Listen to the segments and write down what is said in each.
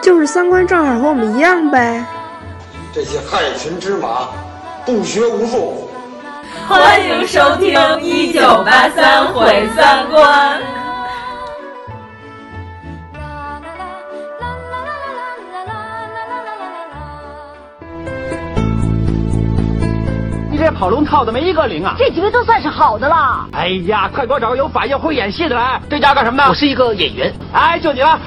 就是三观正好和我们一样呗。这些害群之马，不学无术。欢迎收听《一九八三毁三观》。你这跑龙套的没一个灵啊！这几位都算是好的了。哎呀，快给我找个有反应、会演戏的来！这家干什么的？我是一个演员。哎，就你了。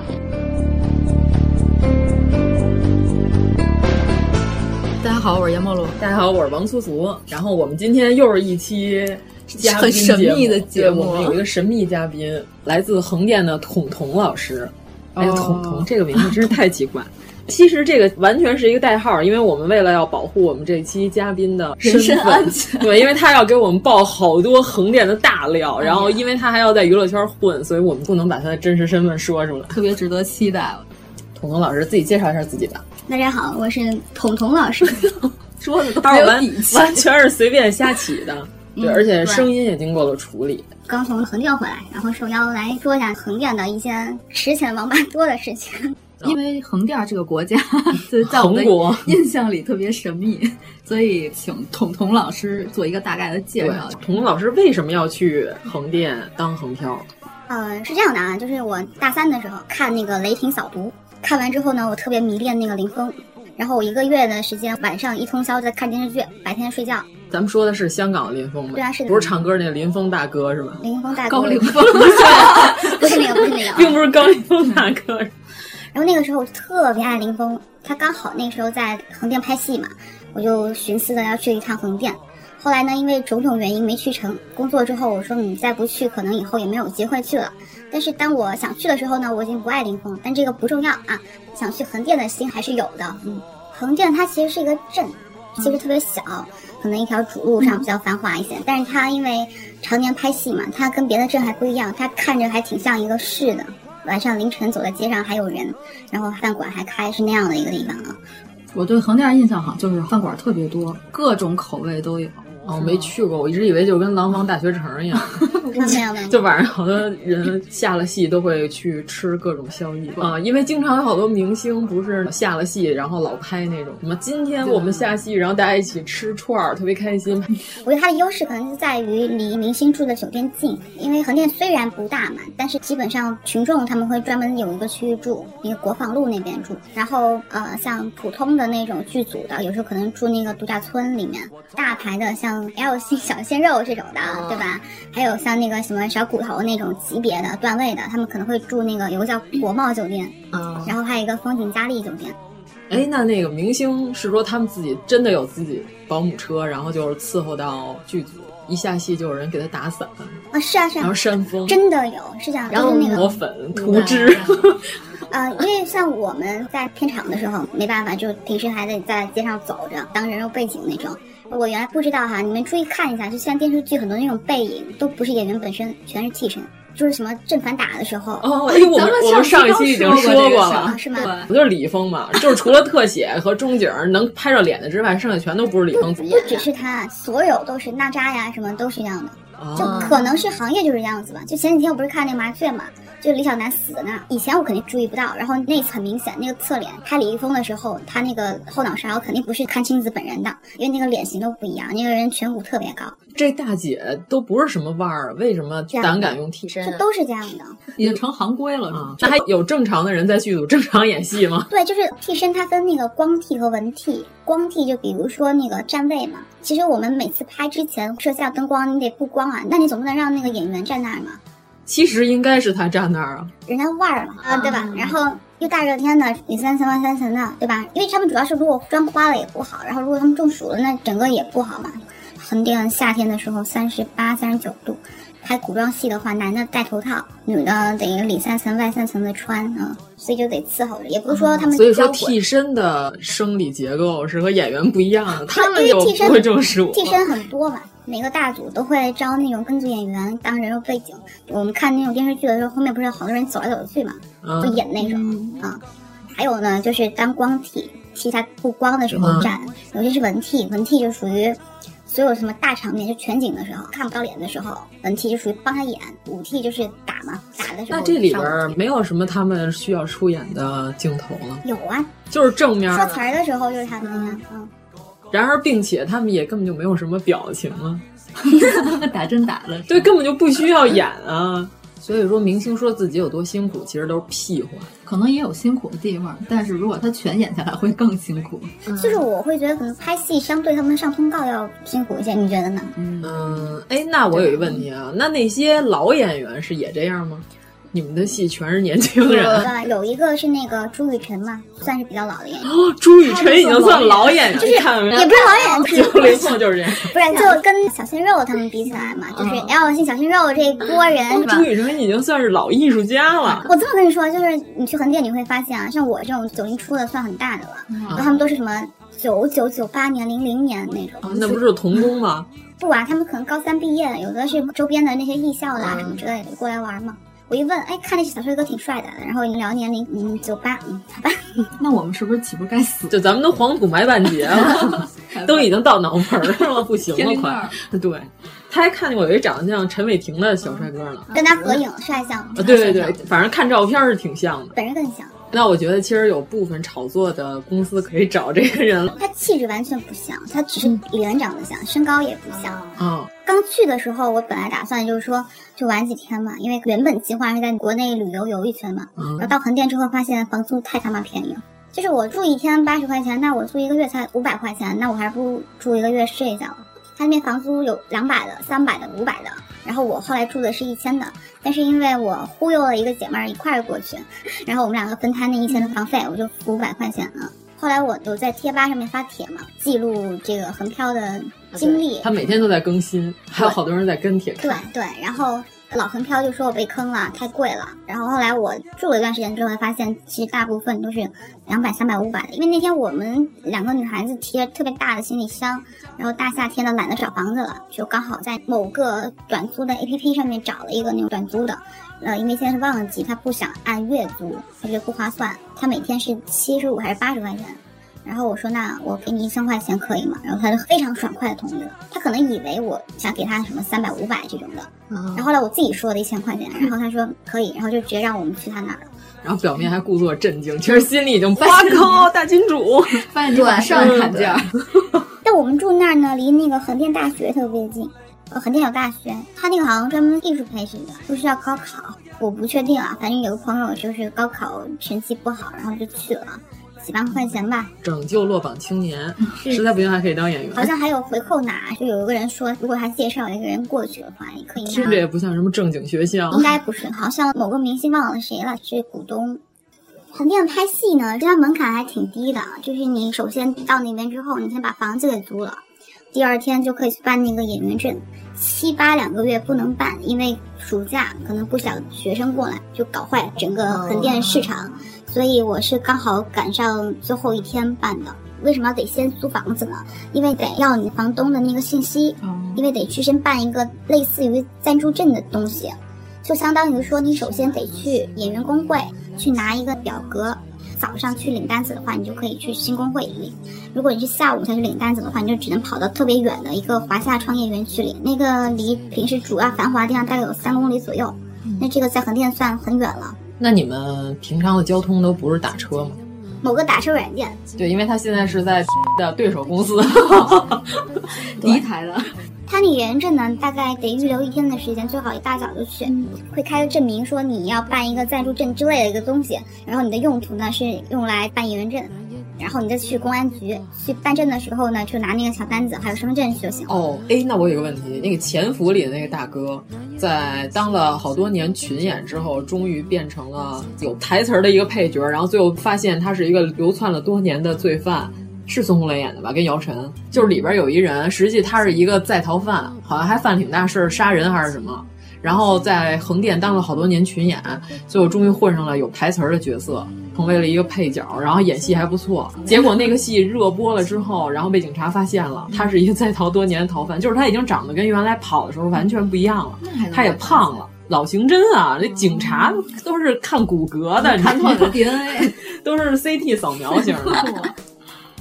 大家好，我是杨茂罗。大家好，我是王苏苏。然后我们今天又是一期嘉很宾神秘的节节目，我们有一个神秘嘉宾，来自横店的统统老师。哎呀，统统这个名字真是太奇怪。 其实这个完全是一个代号，因为我们为了要保护我们这期嘉宾的人身份安全，对，因为他要给我们爆好多横店的大料，然后因为他还要在娱乐圈混，所以我们不能把他的真实身份说出来。特别值得期待。彤彤老师自己介绍一下自己吧，大家好，我是彤彤 老师。说的都当没有然完底气。完全是随便瞎起的，对，嗯而且对声音也经过了处理。刚从横店回来，然后受邀来说一下横店的一些吃钱王八多的事情。 因为横店这个国 家，就是在我们横国的印象里特别神秘，所以请彤彤老师做一个大概的介对绍。，彤彤老师为什么要去横店当横漂？呃，是这样的啊，就是我大三的时候看那个《雷霆扫毒》，看完之后呢，我特别迷恋那个林峰，然后我一个月的时间，晚上一通宵在看电视剧，白天睡觉。咱们说的是香港林峰吧？对啊是的嗯不是唱歌那林峰大哥是吧？林峰大哥，高凌风， 不是那个，不是那个啊，并不是高凌风大哥，然后那个时候我就特别爱林峰，他刚好那时候在横店拍戏嘛，我就寻思着要去一趟横店。后来呢，因为种种原因没去成。工作之后，我说你再不去，可能以后也没有机会去了。但是当我想去的时候呢，我已经不爱林峰，但这个不重要啊，想去横店的心还是有的。嗯，横店它其实是一个镇，其实特别小，可能一条主路上比较繁华一些，但是它因为常年拍戏嘛，它跟别的镇还不一样，它看着还挺像一个市的。晚上凌晨走在街上还有人，然后饭馆还开，是那样的一个地方啊。我对横店印象好像就是饭馆特别多，各种口味都有。哦，我没去过，我一直以为就跟廊坊大学城一样，没有没有，就晚上好多人下了戏都会去吃各种宵夜啊、因为经常有好多明星不是下了戏，然后老拍那种什么今天我们下戏，然后大家一起吃串儿，特别开心。我觉得它的优势可能就在于离明星住的酒店近，因为横店虽然不大嘛，但是基本上群众他们会专门有一个区域住，那个国防路那边住，然后呃像普通的那种剧组的，有时候可能住那个度假村里面，大牌的像 L 型 小鲜肉这种的，对吧？还有像那个什么小骨头那种级别的段位的，他们可能会住那个有个叫国贸酒店，啊、然后还有一个风景佳丽酒店。哎，那那个明星是说他们自己真的有自己保姆车，然后就是伺候到剧组，一下戏就有人给他打伞，啊，是啊是然后啊，扇风，真的有是这样，然就后是那抹个粉、涂脂。呃，因为像我们在片场的时候没办法，就平时还得在街上走着当人肉背景那种。我原来不知道哈，你们注意看一下，就像电视剧很多那种背影都不是演员本身，全是替身，就是什么正反打的时候， 哦，哎，我咱们们我们上一期已期经刚说说过这个过事儿了啊，是吗对不就是李易峰嘛？就是除了特写和中景儿能拍着脸的之外，剩下全都不是李易不峰自己不只是他，所有都是娜扎呀什么都是这样的， 就啊。可能是行业就是这样子吧。就前几天我不是看那麻雀嘛，就李小男死在那儿，以前我肯定注意不到，然后那次很明显，那个侧脸拍李易峰的时候，他那个后脑勺肯定不是阚清子本人的，因为那个脸型都不一样，那个人颧骨特别高，这大姐都不是什么腕儿，为什么这样胆敢用替身？这都是这样的。已经成行规了。啊，那还有正常的人在剧组正常演戏吗？对，就是替身，它分那个光替和文替。光替就比如说那个站位嘛，其实我们每次拍之前摄像灯光你得布光啊，那你总不能让那个演员站那儿嘛，其实应该是他站那儿嗯啊，人家腕儿嘛，啊、对吧？然后又大热天的，里三层外三层的，对吧？因为他们主要是如果妆花了也不好，然后如果他们中暑了，那整个也不好嘛。横店夏天的时候三十八、三十九度，拍古装戏的话，男的戴头套，女的得里三层外三层的穿啊、嗯，所以就得伺候着。也不是说他们、嗯、哦所以说替身的生理结构是和演员不一样的，他们就不会这么说。替身很多嘛。每个大组都会招那种跟组演员当人物背景。我们看那种电视剧的时候，后面不是有好多人走来走去嘛，就演那种啊、嗯。还有呢，就是当光替，替他不光的时候站，尤其是文替，文替就属于。所有什么大场面，就全景的时候看不到脸的时候，文替就属于帮他演，武替就是打嘛，打的时候。那这里边没有什么他们需要出演的镜头了。有啊，就是正面说词儿的时候就是他们呀、啊。嗯。然而，并且他们也根本就没有什么表情啊，打针打了，对，根本就不需要演啊。 所以说，明星说自己有多辛苦，其实都是屁话。可能也有辛苦的地方，但是如果他全演下来，会更辛苦。嗯、就是我会觉得，可能拍戏相对他们上通告要辛苦一些，你觉得呢？嗯，哎，那我有一个问题啊，那那些老演员是也这样吗？你们的戏全是年轻人。啊有有一个是那个朱雨辰嘛，算是比较老 的演员。哦，朱雨辰已经算老演员，就是也 不是老演员，九零后就是这样。不 是，就跟小鲜肉他们比起来嘛，就是嗯 L 姓小鲜肉这一波人。哦朱雨辰已经算是老艺术家了。我这么跟你说，就是你去横店你会发现啊，像我这种九零出的算很大的了，嗯然后他们都是什么九九九八年、零零年那种。那不是童工吗？不啊，他们可能高三毕业，有的是周边的那些艺校啦什么之类的过来玩嘛。我一问，哎，看那小帅哥挺帅的，然后一聊年龄，嗯，九八，嗯，好吧。那我们是不是岂不该死？就咱们都黄土埋半截 了， 都已经到脑门儿了，不行了，快！对，他还看见我有一长得像陈伟霆的小帅哥呢，跟他合影帅像吗？啊对对对，反正看照片是挺像的，本人更像。那我觉得其实有部分炒作的公司可以找这个人了。他气质完全不像，他只是脸长得像，嗯、身高也不像。嗯，刚去的时候我本来打算就是说就玩几天嘛，因为原本计划是在国内旅游游一圈嘛。嗯。然后到横店之后发现房租太他妈便宜了，就是我住一天八十块钱，那我住一个月才五百块钱，那我还不如住一个月试一下了。他那边房租有两百的、三百的、五百的。然后我后来住的是一千的，但是因为我忽悠了一个姐妹儿一块儿过去，然后我们两个分摊那一千的房费，我就付五百块钱啊。后来我有在贴吧上面发帖嘛，记录这个横漂的经历。啊他每天都在更新，还有好多人在跟帖。对对，然后老横漂就说我被坑了，太贵了。然后后来我住了一段时间之后，发现其实大部分都是两百、三百、五百的。因为那天我们两个女孩子提着特别大的行李箱，然后大夏天的懒得找房子了，就刚好在某个短租的 APP 上面找了一个那种短租的。呃，因为现在是旺季，他不想按月租，他觉得不划算。他每天是七十五还是八十块钱？然后我说那我给你一千块钱可以吗？然后他就非常爽快的同意了。他可能以为我想给他什么三百五百这种的，然后后来我自己说的一千块钱，然后他说可以，然后就直接让我们去他那儿了。然后表面还故作震惊，其实心里已经哇啊靠大金主，发现你往上砍价。但我们住那儿呢，离那个横店大学特别近。呃，横店有大学，他那个好像专门艺术培训的，就是要高考，我不确定啊。反正有个朋友就是高考成绩不好，然后就去了，几万块钱吧。拯救落榜青年，实在不行还可以当演员。嗯好像还有回扣拿，就有一个人说，如果他介绍一个人过去的话，也可以拿。听着也不像什么正经学校，啊应该不是，好像某个明星忘了谁了，是股东。横店拍戏呢，这门槛还挺低的，就是你首先到那边之后，你先把房子给租了。第二天就可以去办那个演员证，七八两个月不能办，因为暑假可能不想学生过来，就搞坏整个横店市场。Oh. 所以我是刚好赶上最后一天办的。为什么得先租房子呢？因为得要你房东的那个信息，oh. 因为得去先办一个类似于暂住证的东西，就相当于说你首先得去演员工会去拿一个表格。早上去领单子的话，你就可以去新工会领；如果你是下午才去领单子的话，你就只能跑到特别远的一个华夏创业园去领，那个离平时主要繁华地方大概有三公里左右。那这个在横店算很远了。那你们平常的交通都不是打车嗯吗？某个打车软件。对，因为他现在是在的对手 公司， 敌台的。他领人证呢，大概得预留一天的时间，最好一大早就去，嗯、会开个证明说你要办一个暂住证之类的一个东西，然后你的用途呢是用来办演员证，然后你再去公安局去办证的时候呢，就拿那个小单子还有身份证就行。哦，哎，那我有个问题，那个潜伏里的那个大哥，在当了好多年群演之后，终于变成了有台词儿的一个配角，然后最后发现他是一个流窜了多年的罪犯。是孙红雷演的吧？跟姚晨，就是里边有一人，实际他是一个在逃犯，好像还犯挺大事儿，杀人还是什么。然后在横店当了好多年群演，最后终于混上了有台词儿的角色，嗯成为了一个配角，然后演戏还不错。结果那个戏热播了之后，然后被警察发现了，他是一个在逃多年的逃犯，就是他已经长得跟原来跑的时候完全不一样了，他也胖了。老刑侦啊，那警察都是看骨骼嗯的，看你的 DNA， 都是 CT 扫描型 的。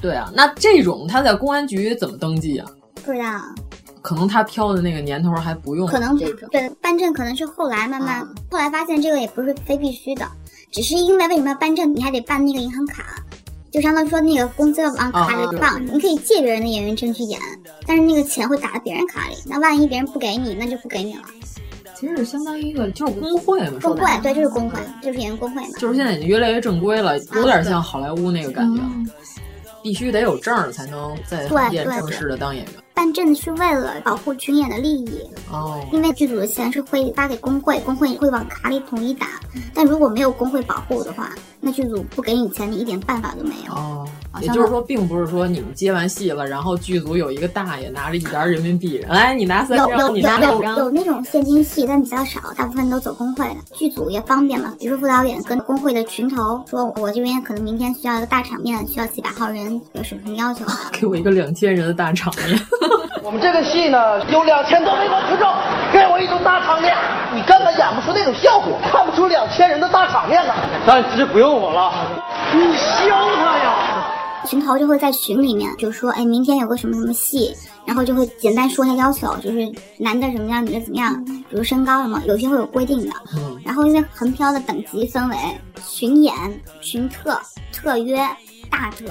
对啊，那这种他在公安局怎么登记啊？不知道，可能他挑的那个年头还不用。可能对办证可能是后来慢啊慢、嗯，后来发现这个也不是非必须的，只是因为为什么要办证，你还得办那个银行卡。就相当于说，那个工资要往卡里放、哦，你可以借别人的演员证去演，但是那个钱会打到别人卡里。那万一别人不给你，那就不给你了。其实是相当于一个，就是工会嘛。工会对，就是工会，就是演员工会嘛。就是现在已经越来越正规了，有啊点像好莱坞那个感觉，嗯啊、必须得有证才能在演正式的当演员。办证是为了保护群演的利益哦，因为剧组的钱是会发给工会，工会会往卡里统一打。但如果没有工会保护的话，那剧组不给你钱，你一点办法都没有哦。也就是说，并不是说你们接完戏了，然后剧组有一个大爷拿着一沓人民币，来你拿三张，你拿两张。有那种现金戏，但比较少，大部分都走工会了。剧组也方便嘛，比如说副导演跟工会的群头说，我这边可能明天需要一个大场面，需要几百号人，有什么要求？ 给我一个两千人的大场面。 我们这个戏呢，有两千多微观群众，给我一种大场面，你根本演不出那种效果，看不出两千人的大场面呢。但是不用我了，你削他呀！群头就会在群里面，就说，哎，明天有个什么什么戏，然后就会简单说一下要求，就是男的什么样，女的怎么样，比如身高什么，有些会有规定的。嗯。然后因为横漂的等级分为群演、群特、特约、大特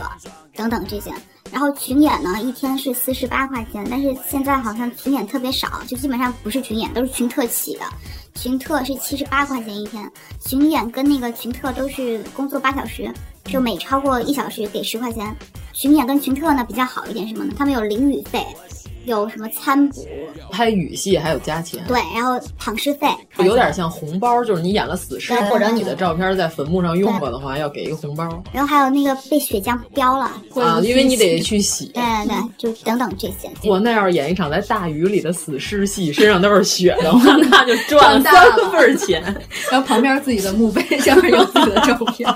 等等这些。然后群演呢，一天是四十八块钱，但是现在好像群演特别少，就基本上不是群演，都是群特起的。群特是七十八块钱一天，群演跟那个群特都是工作八小时，就每超过一小时给十块钱。群演跟群特呢比较好一点，什么呢？他们有淋雨费，有什么餐补，拍雨戏还有加钱。对，然后躺尸费，有点像红包，就是你演了死尸或者你的照片在坟墓上用过的话，要给一个红包。然后还有那个被血浆标了啊，因为你得去洗。对对对，就等等这些。我那要是演一场在大雨里的死尸戏，身上都是血的 话，那就赚三份钱。然后旁边自己的墓碑上 面有自己的照片。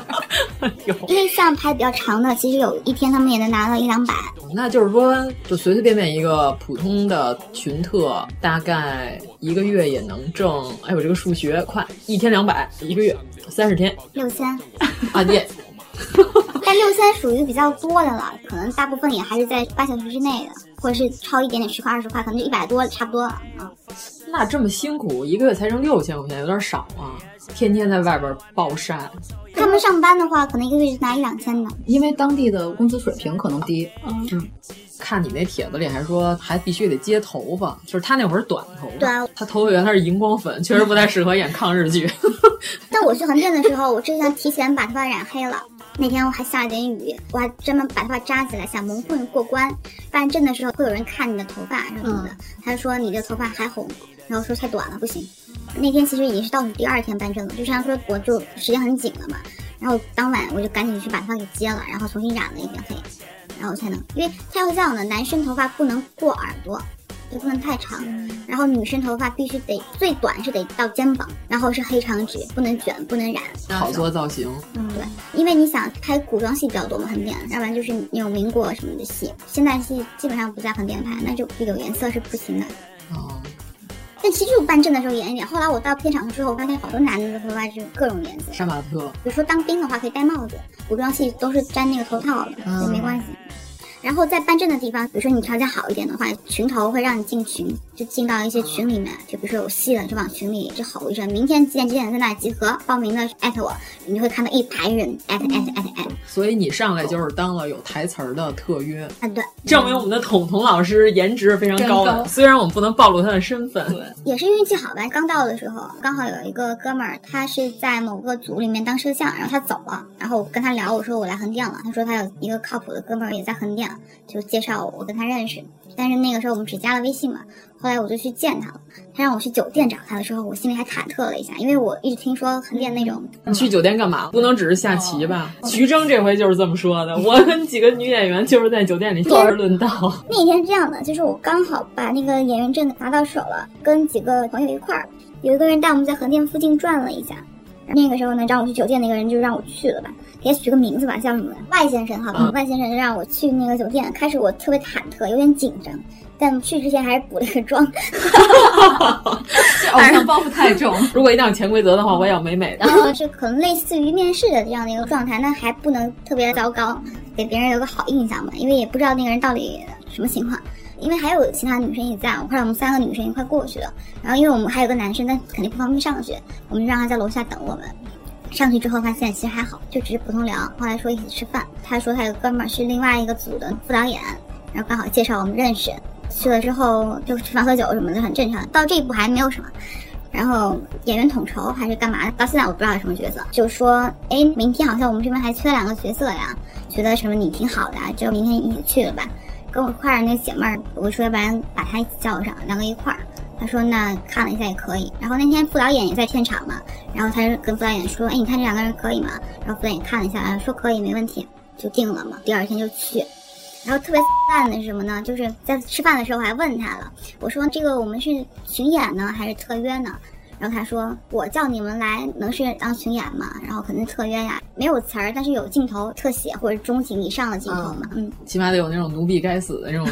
因为像拍比较长的，其实有一天他们也能拿到一两百。 那就是说，就随随便便一个普通的群特，大概一个月也能挣。哎，我这个数学快，一天两百，一个月三十天，六千啊，对。但六千属于比较多的了，可能大部分也还是在八小时之内的，或者是超一点点十块二十块，可能就一百多差不多了啊。那这么辛苦，一个月才挣六千块钱，有点少啊！天天在外边暴晒。他们上班的话，可能一个月拿一两千的，因为当地的工资水平可能低。嗯，看你那帖子里还说还必须得接头发，就是他那会儿短头发，对啊，他头发原来是荧光粉，确实不太适合演抗日剧。 但我去横店的时候，我之前提前把头发染黑了。那天我还下了点雨，我还专门把头发扎起来，想蒙混过关。办证的时候会有人看你的头发什么的，嗯、他说你这头发还红，然后说太短了不行。那天其实已经是倒数第二天办证了，就像说我就时间很紧了嘛。然后当晚我就赶紧去把头发给接了，然后重新染了一遍黑，然后才能，因为他要这样的，男生头发不能过耳朵。也不能太长，然后女生头发必须得最短是得到肩膀，然后是黑长直，不能卷，不能染，好做造型。嗯，对，因为你想拍古装戏比较多嘛，横店，要不然就是那种民国什么的戏，现代戏基本上不在横店拍，那就有颜色是不行的。哦。但其实我办证的时候演一点，后来我到片场之后，发现好多男的头发是各种颜色。杀马特。比如说当兵的话可以戴帽子，古装戏都是粘那个头套的，嗯、没关系。然后在办证的地方，比如说你条件好一点的话，群头会让你进群，就进到一些群里面，就比如说有戏了，就往群里就吼一声，明天几点几点在那集合，报名的艾特我，你就会看到一排人艾特艾特艾特艾特。所以你上来就是当了有台词儿的特约啊，对，嗯证明我们的彤彤老师颜值非常高的，虽然我们不能暴露他的身份，对，也是运气好吧。刚到的时候，刚好有一个哥们儿，他是在某个组里面当摄像，然后他走了，然后我跟他聊，我说我来横店了，他说他有一个靠谱的哥们儿也在横店。就介绍我，我跟他认识，但是那个时候我们只加了微信嘛。后来我就去见他了，他让我去酒店找他的时候，我心里还忐忑了一下，因为我一直听说横店那种。你去酒店干嘛？不能只是下棋吧？ 徐峥这回就是这么说的。我跟几个女演员就是在酒店里坐而论道。那天是这样的，就是我刚好把那个演员证拿到手了，跟几个朋友一块儿。有一个人带我们在横店附近转了一下。那个时候呢，让我去酒店那个人就让我去了吧，给取个名字吧，叫什么外先生好吧？外先生就让我去那个酒店，开始我特别忐忑，有点紧张，但去之前还是补了个妆。这偶像包袱太重， 如果一定要潜规则的话，我也要美美的。然后是可能类似于面试的这样的一个状态，那还不能特别糟糕，给别人有个好印象嘛，因为也不知道那个人到底什么情况。因为还有其他女生也在，啊我后来我们三个女生一块过去了。然后因为我们还有个男生，但肯定不方便上去，我们就让他在楼下等我们。上去之后发现其实还好，就只是普通聊。后来说一起吃饭，他说他有哥们儿是另外一个组的副导演，然后刚好介绍我们认识。去了之后就吃饭喝酒什么的很正常，到这一步还没有什么。然后演员统筹还是干嘛？到现在我不知道什么角色，就说哎，明天好像我们这边还缺两个角色呀，觉得什么你挺好的，就明天一起去了吧。跟我一块儿那姐妹儿，我说要不然把她一起叫上，两个一块儿。她说那看了一下也可以。然后那天副导演也在现场嘛，然后她就跟副导演说，哎，你看这两个人可以吗？然后副导演看了一下，说可以，没问题，就定了嘛。第二天就去。然后特别淡的是什么呢？就是在吃饭的时候还问她了，我说这个我们是巡演呢还是特约呢？然后她说我叫你们来能是当巡演吗？然后可能特约呀，没有词儿，但是有镜头特写或者中景以上的镜头嘛，嗯，起码得有那种奴婢该死的那种。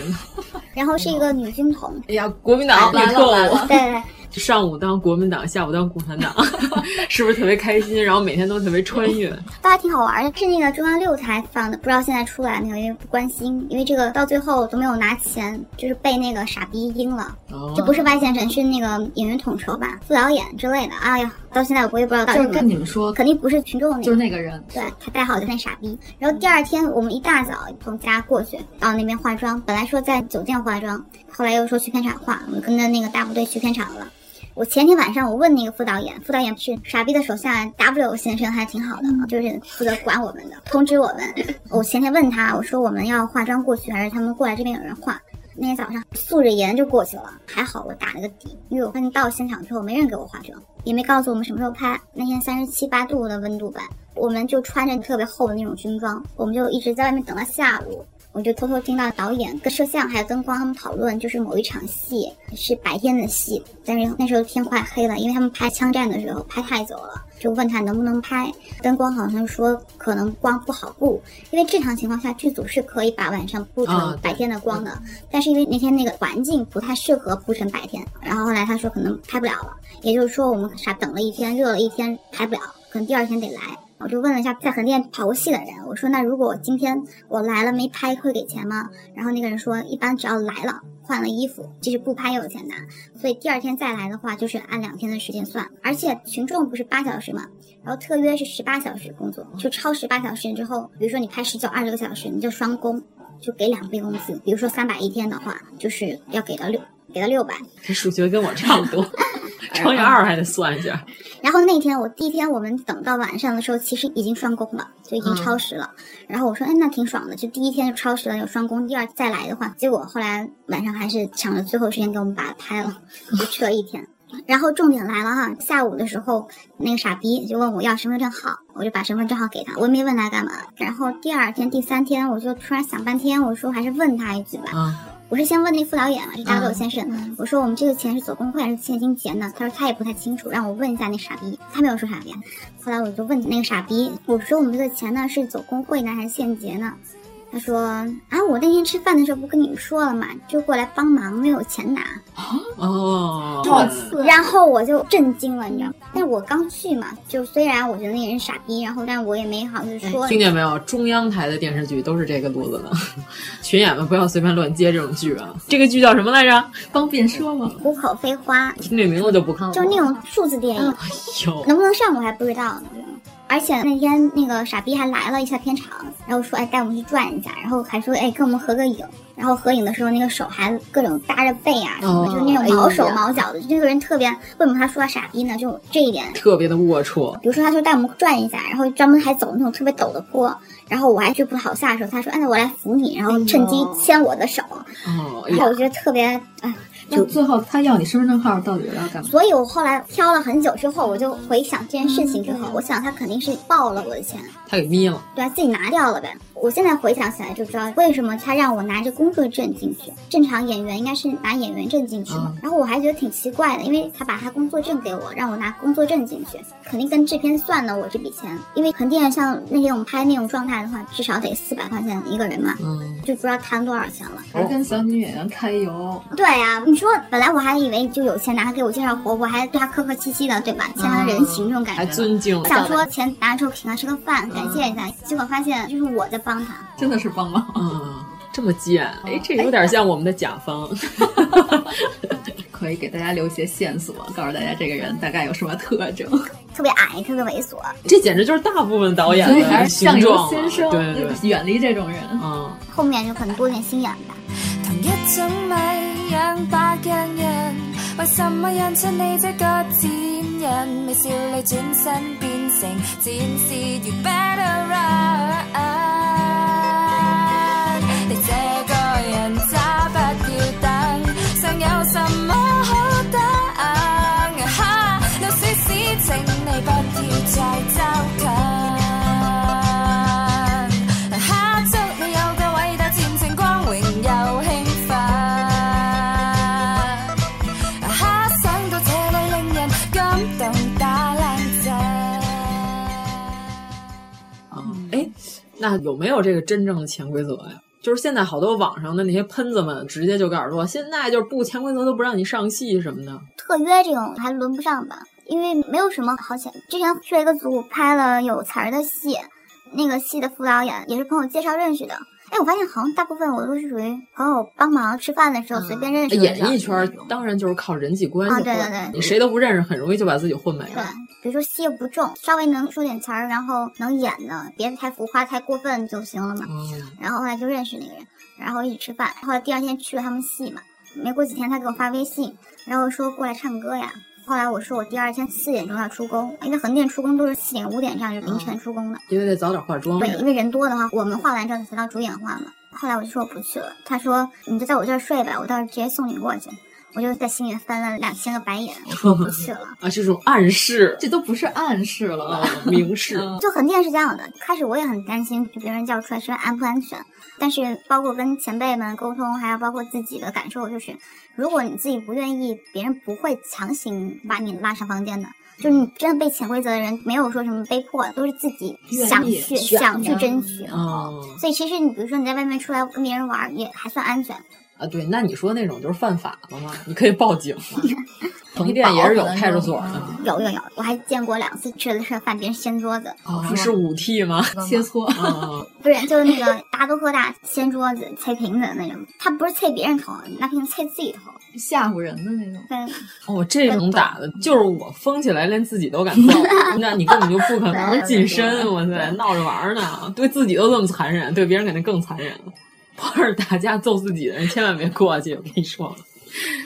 然后是一个女军统， 哎呀，国民党来了别克来我了。对对对。就上午当国民党，下午当共产党， 是不是特别开心？然后每天都特别穿越。嗯倒还挺好玩的，是那个中央六台放的，不知道现在出来没有，因为不关心，因为这个到最后都没有拿钱，就是被那个傻逼阴了，哦这不是外先生，是那个演员统筹吧，副导演之类的，哎呀，到现在我也不知道到底就是什跟么，你们说，肯定不是群众那就是个。那个人，对他代号就那傻逼，然后第二天我们一大早从家过去到那边化妆，本来说在酒店化妆，后来又说去片场化，我们跟着那个大部队去片场了。我前天晚上我问那个副导演，副导演是傻逼的手下 W 先生，还挺好的，就是负责管我们的，通知我们。我前天问他，我说我们要化妆过去，还是他们过来这边有人化？那天早上素着盐就过去了，还好我打了个底，因为我发现到现场之后没人给我化妆，也没告诉我们什么时候拍。那天三十七八度的温度吧，我们就穿着特别厚的那种军装，我们就一直在外面等到下午。我就偷偷听到导演跟摄像还有灯光他们讨论，就是某一场戏是白天的戏，但是那时候天快黑了，因为他们拍枪战的时候拍太久了，就问他能不能拍。灯光好像说可能光不好布，因为正常情况下剧组是可以把晚上布啊成对白天的光的，但是因为那天那个环境不太适合布成白天，然后后来他说可能拍不了了，也就是说我们傻等了一天，热了一天拍不了，可能第二天得来。我就问了一下在横店跑过戏的人，我说那如果今天我来了没拍会给钱吗？然后那个人说一般只要来了换了衣服，即使不拍也有钱拿，所以第二天再来的话就是按两天的时间算，而且群众不是八小时嘛，然后特约是十八小时工作，就超十八小时之后，比如说你拍十九、二十个小时，你就双工，就给两倍工资。比如说三百一天的话，就是要给到六，给到六百。这数学跟我差不 多，哎乘以二还得算一下。然后那天我第一天我们等到晚上的时候，其实已经双工了，就已经超时了。然后我说，哎，那挺爽的，就第一天就超时了，有双工。第二再来的话，结果后来晚上还是抢着最后时间给我们把它拍了，就去了一天。然后重点来了哈，下午的时候，那个傻逼就问我要身份证号，我就把身份证号给他，我也没问他干嘛。然后第二天、第三天，我就突然想半天，我说还是问他一句吧。嗯啊，我是先问那副导演嘛，是 W 先生，我说我们这个钱是走工会还是现金结呢？他说他也不太清楚，让我问一下那傻逼，他没有说傻逼啊。后来我就问那个傻逼，我说我们这个钱呢是走工会呢还是现结呢？他说啊，我那天吃饭的时候不跟你们说了嘛，就过来帮忙，没有钱拿。哦，然后我就震惊了，你知道吗？但是我刚去嘛，就虽然我觉得那人傻逼，然后但我也没好意思说。哎听见没有？中央台的电视剧都是这个路子的， 群演们不要随便乱接这种剧啊！这个剧叫什么来着？方便说吗？虎口飞花，听这名字就不看了。哎就是那种数字电影，有能不能上我还不知道呢。而且那天那个傻逼还来了一下片场，然后说哎带我们去转一下，然后还说哎跟我们合个影。然后合影的时候，那个手还各种搭着背啊什么的，哦就是那种毛手哎呀毛脚的。这个人特别，为什么他说他傻逼呢？就这一点特别的龌龊。比如说，他说带我们转一下，然后专门还走那种特别陡的坡，然后我还去不好下的时候，他说：“哎，那我来扶你。”然后趁机牵我的手，哦，哎然呀后我觉得特别哎，那最后他要你身份证号，到底要干嘛？所以我后来挑了很久之后，我就嗯回想这件事情之后，我想他肯定是报了我的钱，他给眯了。对啊，自己拿掉了呗。我现在回想起来就知道为什么他让我拿着工作证进去，正常演员应该是拿演员证进去嗯嘛。然后我还觉得挺奇怪的，因为他把他工作证给我，让我拿工作证进去，肯定跟制片算了我这笔钱，因为横店像那天我们拍那种状态的话，至少得四百块钱一个人嘛，嗯就不知道贪多少钱了。哦还跟小女演员开油，对呀、你说本来我还以为就有钱拿他给我介绍活，我还对他客客气气的，对吧？像人情这种感嗯觉，还尊敬想说钱拿之后请他吃个饭，感谢一下，结果发现就是我在帮他。真的是帮忙。嗯，这么贱，哦哎，这有点像我们的甲方。 可以给大家留一些线索，告诉大家这个人大概有什么特征。特别矮，特别猥琐。 这简直就是大部分导演所以还的是相形由状了啊心生，对对，远离这种人。嗯，后面就可能多点心眼吧。同一種米養百樣人，為什麼印出你這個賤人？微笑你轉身變成戰士，You better run。你這個人渣不要等，尚有什麼好等？哈，老鼠屎請你不要再走近。哈，祝你有個偉大前程，光榮又興奮。哈，想到這裡令人感動打冷震。嗯哎，那有没有这个真正的潜规则呀？就是现在好多网上的那些喷子们，直接就告诉说，现在就是不潜规则都不让你上戏什么的。特约这种还轮不上吧，因为没有什么好选。之前去了一个组拍了有词儿的戏，那个戏的副导演也是朋友介绍认识的。哎，我发现好像大部分我都是属于朋友帮忙吃饭的时候随便认识的、演艺圈儿当然就是靠人际关系啊混，对对对你谁都不认识，很容易就把自己混没对了。，比如说戏又不重，稍微能说点词儿，然后能演的，别太浮夸、太过分就行了嘛。嗯然后后来就认识那个人，然后一起吃饭，后来第二天去了他们戏嘛，没过几天他给我发微信，然后说过来唱歌呀。后来我说我第二天四点钟要出工，因为横店出工都是四点五点这样，就凌晨出工的。因为得早点化妆。对，因为人多的话，我们化完妆才到主演化嘛。后来我就说我不去了，他说你就在我这儿睡吧，我到时候直接送你过去。我就在心里翻了两千个白眼，我说我不去了。啊，这种暗示，啊这都不是暗示了，嗯明示。就横店是这样的，开始我也很担心就别人叫出来吃饭安不安全，但是包括跟前辈们沟通，还有包括自己的感受，就是如果你自己不愿意，别人不会强行把你拉上房间的。就是你真的被潜规则的人，没有说什么被迫，都是自己愿意想去选想去的争取。哦嗯所以其实你比如说你在外面出来跟别人玩儿，也还算安全。啊，对，那你说那种就是犯法了吗？你可以 报警。横店也是有派出所的，有有有，我还见过两次吃了吃饭，别人掀桌子。啊是五 T 吗？嗯哦切磋。啊，不是，就是那个大家都喝大，掀桌子、 踩瓶子的那种。他不是踩别人头，拿瓶子踩自己头。吓唬人的那种。对，哦，这种打的，就是我疯起来连自己都敢揍，那你根本就不 可能近身，我塞，闹着玩儿呢，对自己都这么残忍，对别人肯定更残忍了。光是打架揍自己的人，千万别过去，我跟你说，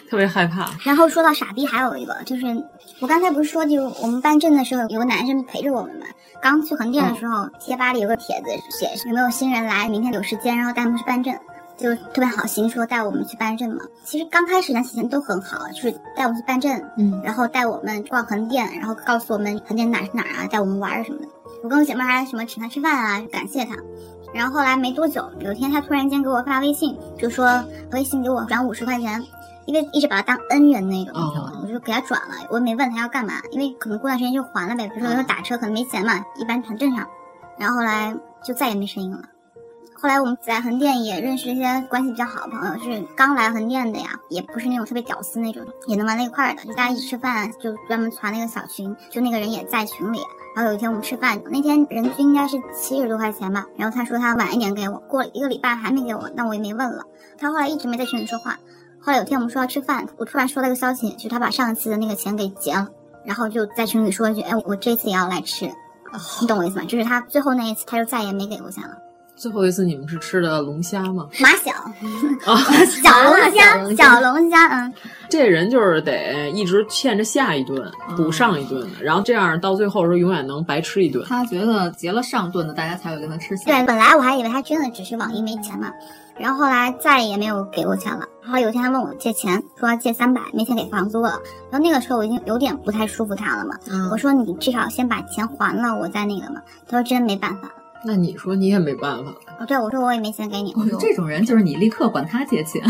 特别害怕。然后说到傻逼，还有一个就是，我刚才不是说，就我们办证的时候有个男生陪着我们嘛。刚去横店的时嗯候，贴吧里有个帖子写有没有新人来，明天有时间，然后带他们去办证，就特别好心说带我们去办证嘛。其实刚开始那几天都很好，啊就是带我们去办证，嗯然后带我们逛横店，然后告诉我们横店哪儿是哪儿啊，带我们玩儿什么的。我跟我姐妹还什么请他吃饭啊，感谢他。然后后来没多久，有一天他突然间给我发微信，就说微信给我转五十块钱，因为一直把他当恩人那种，你知道吗？我就给他转了，我也没问他要干嘛，因为可能过段时间就还了呗。比如说有时候打车可能没钱嘛，一般很正常。然后后来就再也没声音了。后来我们在横店也认识一些关系比较好的朋友，就是刚来横店的呀，也不是那种特别屌丝那种，也能玩在一块儿的。就大家一起吃饭，就专门传那个小群，就那个人也在群里。然后有一天我们吃饭，那天人均应该是七十多块钱吧，然后他说他晚一点给我，过了一个礼拜还没给我，那我也没问了。他后来一直没在群里说话。后来有天我们说要吃饭，我突然收到一个消息，就是他把上次的那个钱给结了，然后就在群里说一句：“哎，我这次也要来吃。”你懂我意思吗？就是他最后那一次，他就再也没给过钱了。最后一次你们是吃的龙虾吗？马小， 啊，小龙虾，小龙虾，嗯，这人就是得一直欠着下一顿，嗯补上一顿的，然后这样到最后的时候永远能白吃一顿。他觉得结了上顿的，大家才会跟他吃对，下。本来我还以为他真的只是网易没钱嘛，然后后来再也没有给过钱了。然后有一天他问我借钱，说要借三百，没钱给房租了。然后那个时候我已经有点不太舒服他了嘛，嗯我说你至少先把钱还了，我再那个嘛。他说真没办法了。那你说你也没办法。哦，对，我说我也没钱给你。这种人就是你立刻管他借钱。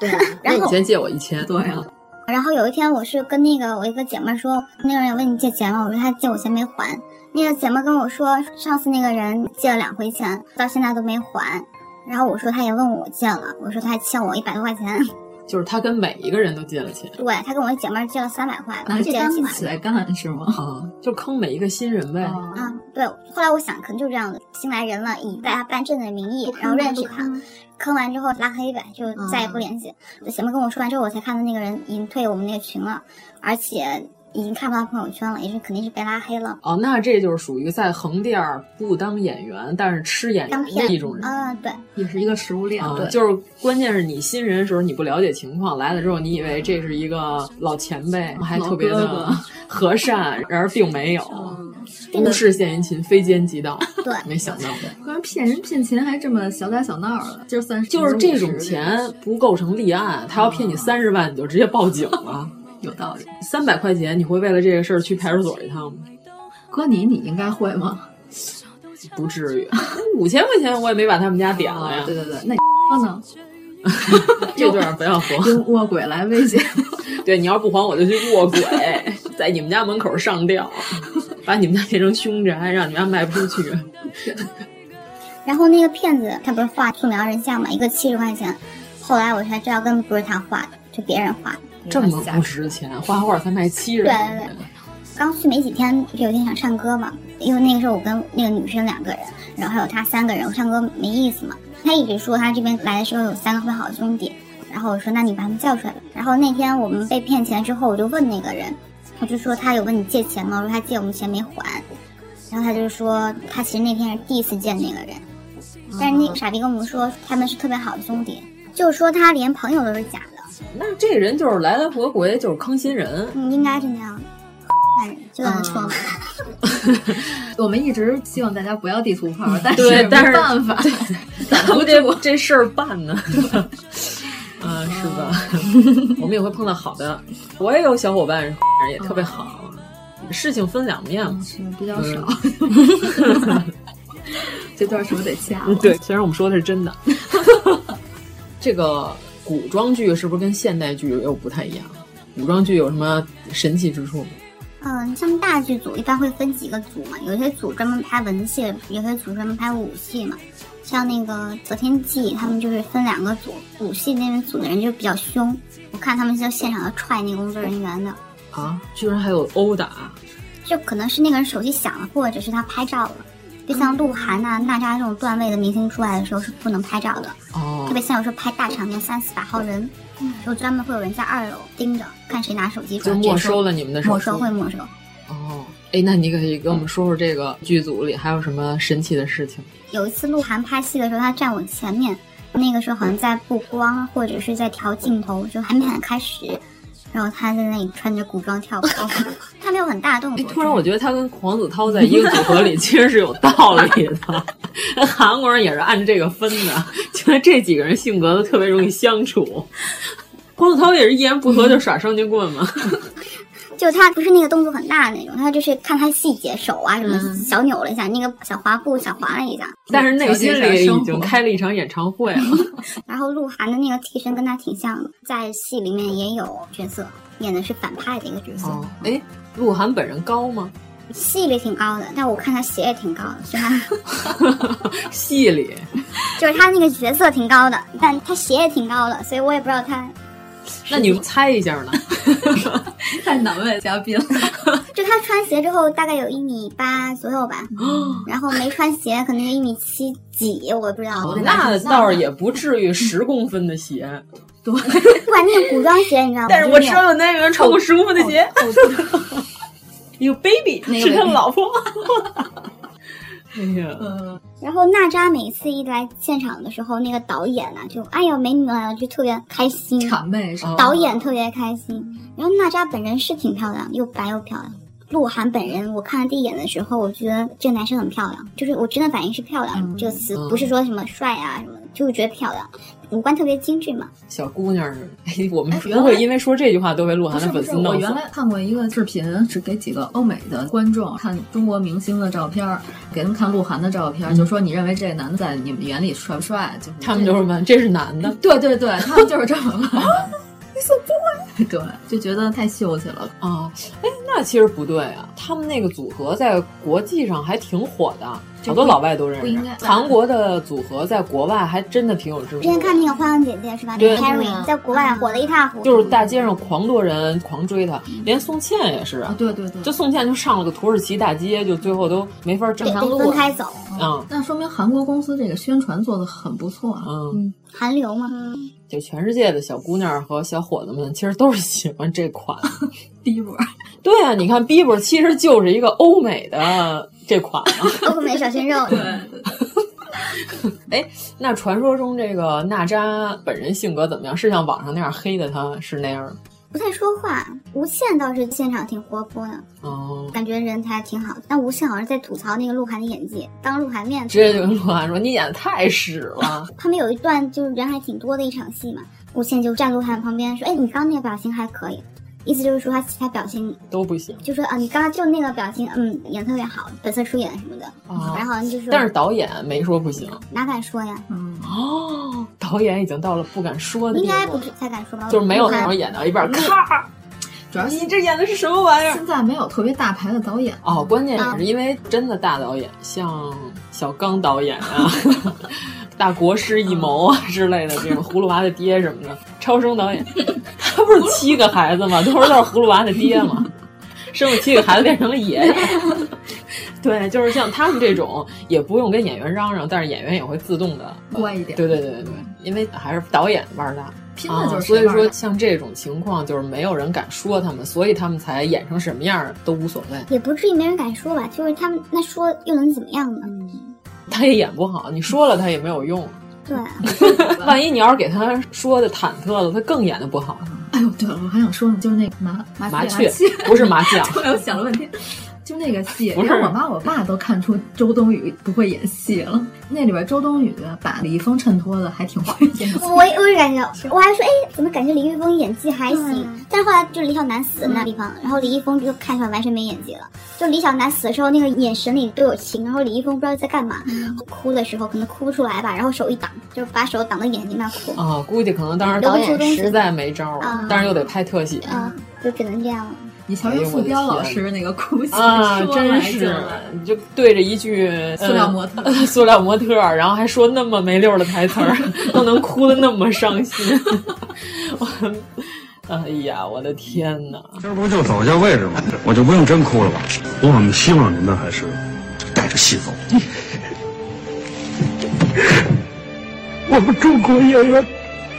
对，啊 然后你先借我一千。对啊。然后有一天，我是跟那个我一个姐妹说，那个人问你借钱吗？我说他借我钱没还。那个姐妹跟我说，上次那个人借了两回钱，到现在都没还。然后我说他也问我借了，我说他还欠我一百多块钱。 就是他跟每一个人都借了钱，对他跟我姐妹借了三百块，拿借了几起来干是吗？啊，就坑每一个新人呗。啊、嗯，对。后来我想，可能就这样的，新来人了，以带他办证的名义，然后认识他，坑完之后拉黑呗，就再也不联系。姐妹、嗯、跟我说完之后，我才看到那个人已经退我们那个群了，而且。已经看不到朋友圈了，也是肯定是被拉黑了。哦，那这就是属于在横店不当演员，但是吃演员的一种人。啊、呃，对，也是一个食物链。啊、对，就是关键是你新人时候你不了解情况，来了之后你以为这是一个老前辈，还特别的 和善，然而并没有。啊无事献殷勤，非奸即盗。对，没想到，关于骗人骗钱还这么小打小闹的，就算就是这种钱不构成立案，他要骗你三十万，你就直接报警了。有道理，三百块钱你会为了这个事儿去派出所一趟吗？哥你你应该会吗？不至于，五千块钱我也没把他们家点了呀。哦、对对对，那哥呢？这段不要说，用卧轨来威 胁。对，你要不还我就去卧轨，在你们家门口上吊，把你们家变成凶宅，让你们家卖不出去。然后那个骗子他不是画素描人像嘛，一个七十块钱，后来我才知道根本不是他画的，是别人画的。这么不值钱，画画才卖七十。对对对，刚去没几天，有天想唱歌嘛，因为那个时候我跟那个女生两个人，然后还有他三个人，我唱歌没意思嘛。他一直说他这边来的时候有三个很好的兄弟，然后我说那你把他们叫出来吧。然后那天我们被骗钱之后，我就问那个人，我就说他有问你借钱吗？我说他借我们钱没还，然后他就说他其实那天是第一次见那个人，但是那个傻逼跟我们说他们是特别好的兄弟，就是说他连朋友都是假的。那这人就是来来回回就是坑新人，嗯，应该是那样。就让他说吧。我们一直希望大家不要地图炮，但是没办法，咱们这这事儿办呢。 啊，是吧？ 我们也会碰到好的。我也有小伙伴也特别好，事情分两面嘛，嗯比较少。 这段是不是得掐？对，虽然我们说的是真的。 这个。古装剧是不是跟现代剧又不太一样？古装剧有什么神奇之处吗？嗯，像大剧组一般会分几个组嘛，有些组专门拍文戏，有些组专门拍武戏嘛。像那个《择天记》，他们就是分两个组，武戏那边组的人就比较凶，我看他们就现场要踹那工作人员的。啊，居然还有殴打！就可能是那个人手机响了，或者是他拍照了。就像鹿晗呐、娜扎这种段位的明星出来的时候是不能拍照的，哦、特别像有时候拍大场面三四百号人，嗯、就专门会有人在二楼盯着，看谁拿手机出来。就没收了你们的手机。没收会没收。哦，哎，那你可以给我们说说这个剧组里还有什么神奇的事情？有一次鹿晗拍戏的时候，他站我前面，那个时候好像在布光或者是在调镜头，就还没喊开始。然后他在那里穿着古装跳 舞，他没有很大动作。哎突然我觉得他跟黄子韬在一个组合里，其实是有道理的。韩国人也是按这个分的，觉得这几个人性格都特别容易相处。 黄子韬也是一言不合就耍双截棍嘛，就他不是那个动作很大的那种，他就是看他细节，手啊什么嗯小扭了一下，那个小滑步小滑了一下。 但是内心里已经开了一场演唱会 了。然后鹿晗的那个替身跟他挺像的，在戏里面也有角色演的是反派的一个角色。哎、哦，鹿晗本人高吗？ 戏里挺高的，但我看他鞋也挺高的，是他戏里就是他那个角色挺高的，但他鞋也挺高的，所以我也不知道他。那你猜一 下呢？ 太难为嘉宾了。就他穿鞋之后，大概有一米八左右吧， 然后没穿鞋可能一米七几，我不知道。哦、那倒是也不至于十公分的鞋。对，哇，那个古装鞋你知道吗？但是我知道有那个人穿过十公分的哦鞋。有 baby 是他老婆。 哎呀，嗯、然后娜扎每次一来现场的时候，那个导演啊，就哎呀美女来了，就特别开心，哦谄媚是吧？导演特别开心。然后娜扎本人是挺漂亮，又白又漂亮。鹿晗本人，我看了第一眼的时候，我觉得这个男生很漂亮，就是我真的反应是漂亮、嗯这个词，不是说什么帅啊什么的，就是觉得漂亮，五官特别精致嘛。小姑娘儿，哎，我们哎原来不会因为说这句话都被鹿不晗是的不粉是，丝弄我死。原来看过一个视频，是给几个欧美的观众看中国明星的照片儿，给他们看鹿晗的照片儿，就说你认为这男的在你们眼里帅不帅？就是他们就是问这是男的，对对对，他们就是这 么问。你说不会？对，就觉得太秀气了。啊，哎，那其实不对啊，他们那个组合在国际上还挺火的，这不好多老外都认不应该识。韩国的组合在国外还真的挺有知之名前度，看那个花样姐姐是吧对啊？Carrie 在国外火得一塌糊涂，就是大街上狂多人狂追他，连宋茜也是啊。对对对，就宋茜就上了个土耳其大街，就最后都没法正得常得路啊分开走，嗯那说明韩国公司这个宣传做的很不错啊。嗯，韩流嘛。就全世界的小姑娘和小伙子们其实都是喜欢这款。 逼波，对啊，你看 Bieber 其实就是一个欧美的这款啊嘛。欧美小鲜肉，哎， 那传说中这个娜扎本人性格怎么样？是像网上那样黑的她是那样？不太说话。吴倩倒是现场挺活泼的，哦，感觉人还挺好。但吴倩好像在吐槽那个鹿晗的演技，当鹿晗面直接就跟鹿晗说：“你演的太屎了。他们有一段就是人还挺多的一场戏嘛，吴倩就站鹿晗旁边说：“哎，你刚刚那个表情还可以。”意思就是说他其他表情”都不行。就说啊，你刚刚就那个表情，嗯，演得特别好，本色出演什么的。啊然后好像就说，但是啊导演没说不行哪敢说呀？嗯，哦，导演已经到了不敢说的应地该步不了，是才敢说吧？就是没有那鹿种晗演到一半，咔，主要你现这演的是什么玩意儿？现在没有特别大牌的导演，哦，关键啊也是因为真的大导演，像小刚导演啊、 大国师一谋啊之类的这种葫芦娃的爹什么的，超生导演，他不是七个孩子吗？都是都是葫芦娃的爹嘛，生了七个孩子变成了爷 爷。对，就是像他们这种，也不用跟演员嚷嚷，但是演员也会自动的乖一点。嗯对对对对对，因为还是导演腕儿大，拼的就是啊。所以腕儿说，大像这种情况，就是没有人敢说他们，所以他们才演成什么样儿都无所谓。也不至于没人敢说吧？就是他们那说又能怎么样呢？嗯他也演不好，你说了他也没 有用。对啊，万一你要是给他说的忐忑了，他更演的不好。哎呦，对了，我还想说呢，就是那个麻麻麻雀 雀，不是麻将， 后来我想了半天，就那个戏，不是连我妈我爸都看出周冬雨不会演戏了。那里边周冬雨啊把李易峰衬托的还挺会演戏。我也我也感觉，我还说，哎，怎么感觉李易峰演技还行？但是后来就李小男死的那地方，然后李易峰就看上完全没演技了。就李小男死的时候，那个眼神里都有情，然后李易峰不知道在干嘛，哭的时候可能哭不出来吧，然后手一挡，就是把手挡到眼睛那哭，啊，估计可能当时留导不住东演西实在没招儿啊了，但是又得拍特写啊、就只能这样了。你瞧人哎呦傅我的彪天老师那个哭戏，啊，说真来就是来，你就对着一句塑料模特呃 塑料模特儿，然后还说那么没溜儿的台词 儿，都能哭的那么伤心， 我。哎呀，我的天哪！今儿不就走一下位置吗？我就不用真哭了吧？我们希望你们还是带着戏走。我们中国演员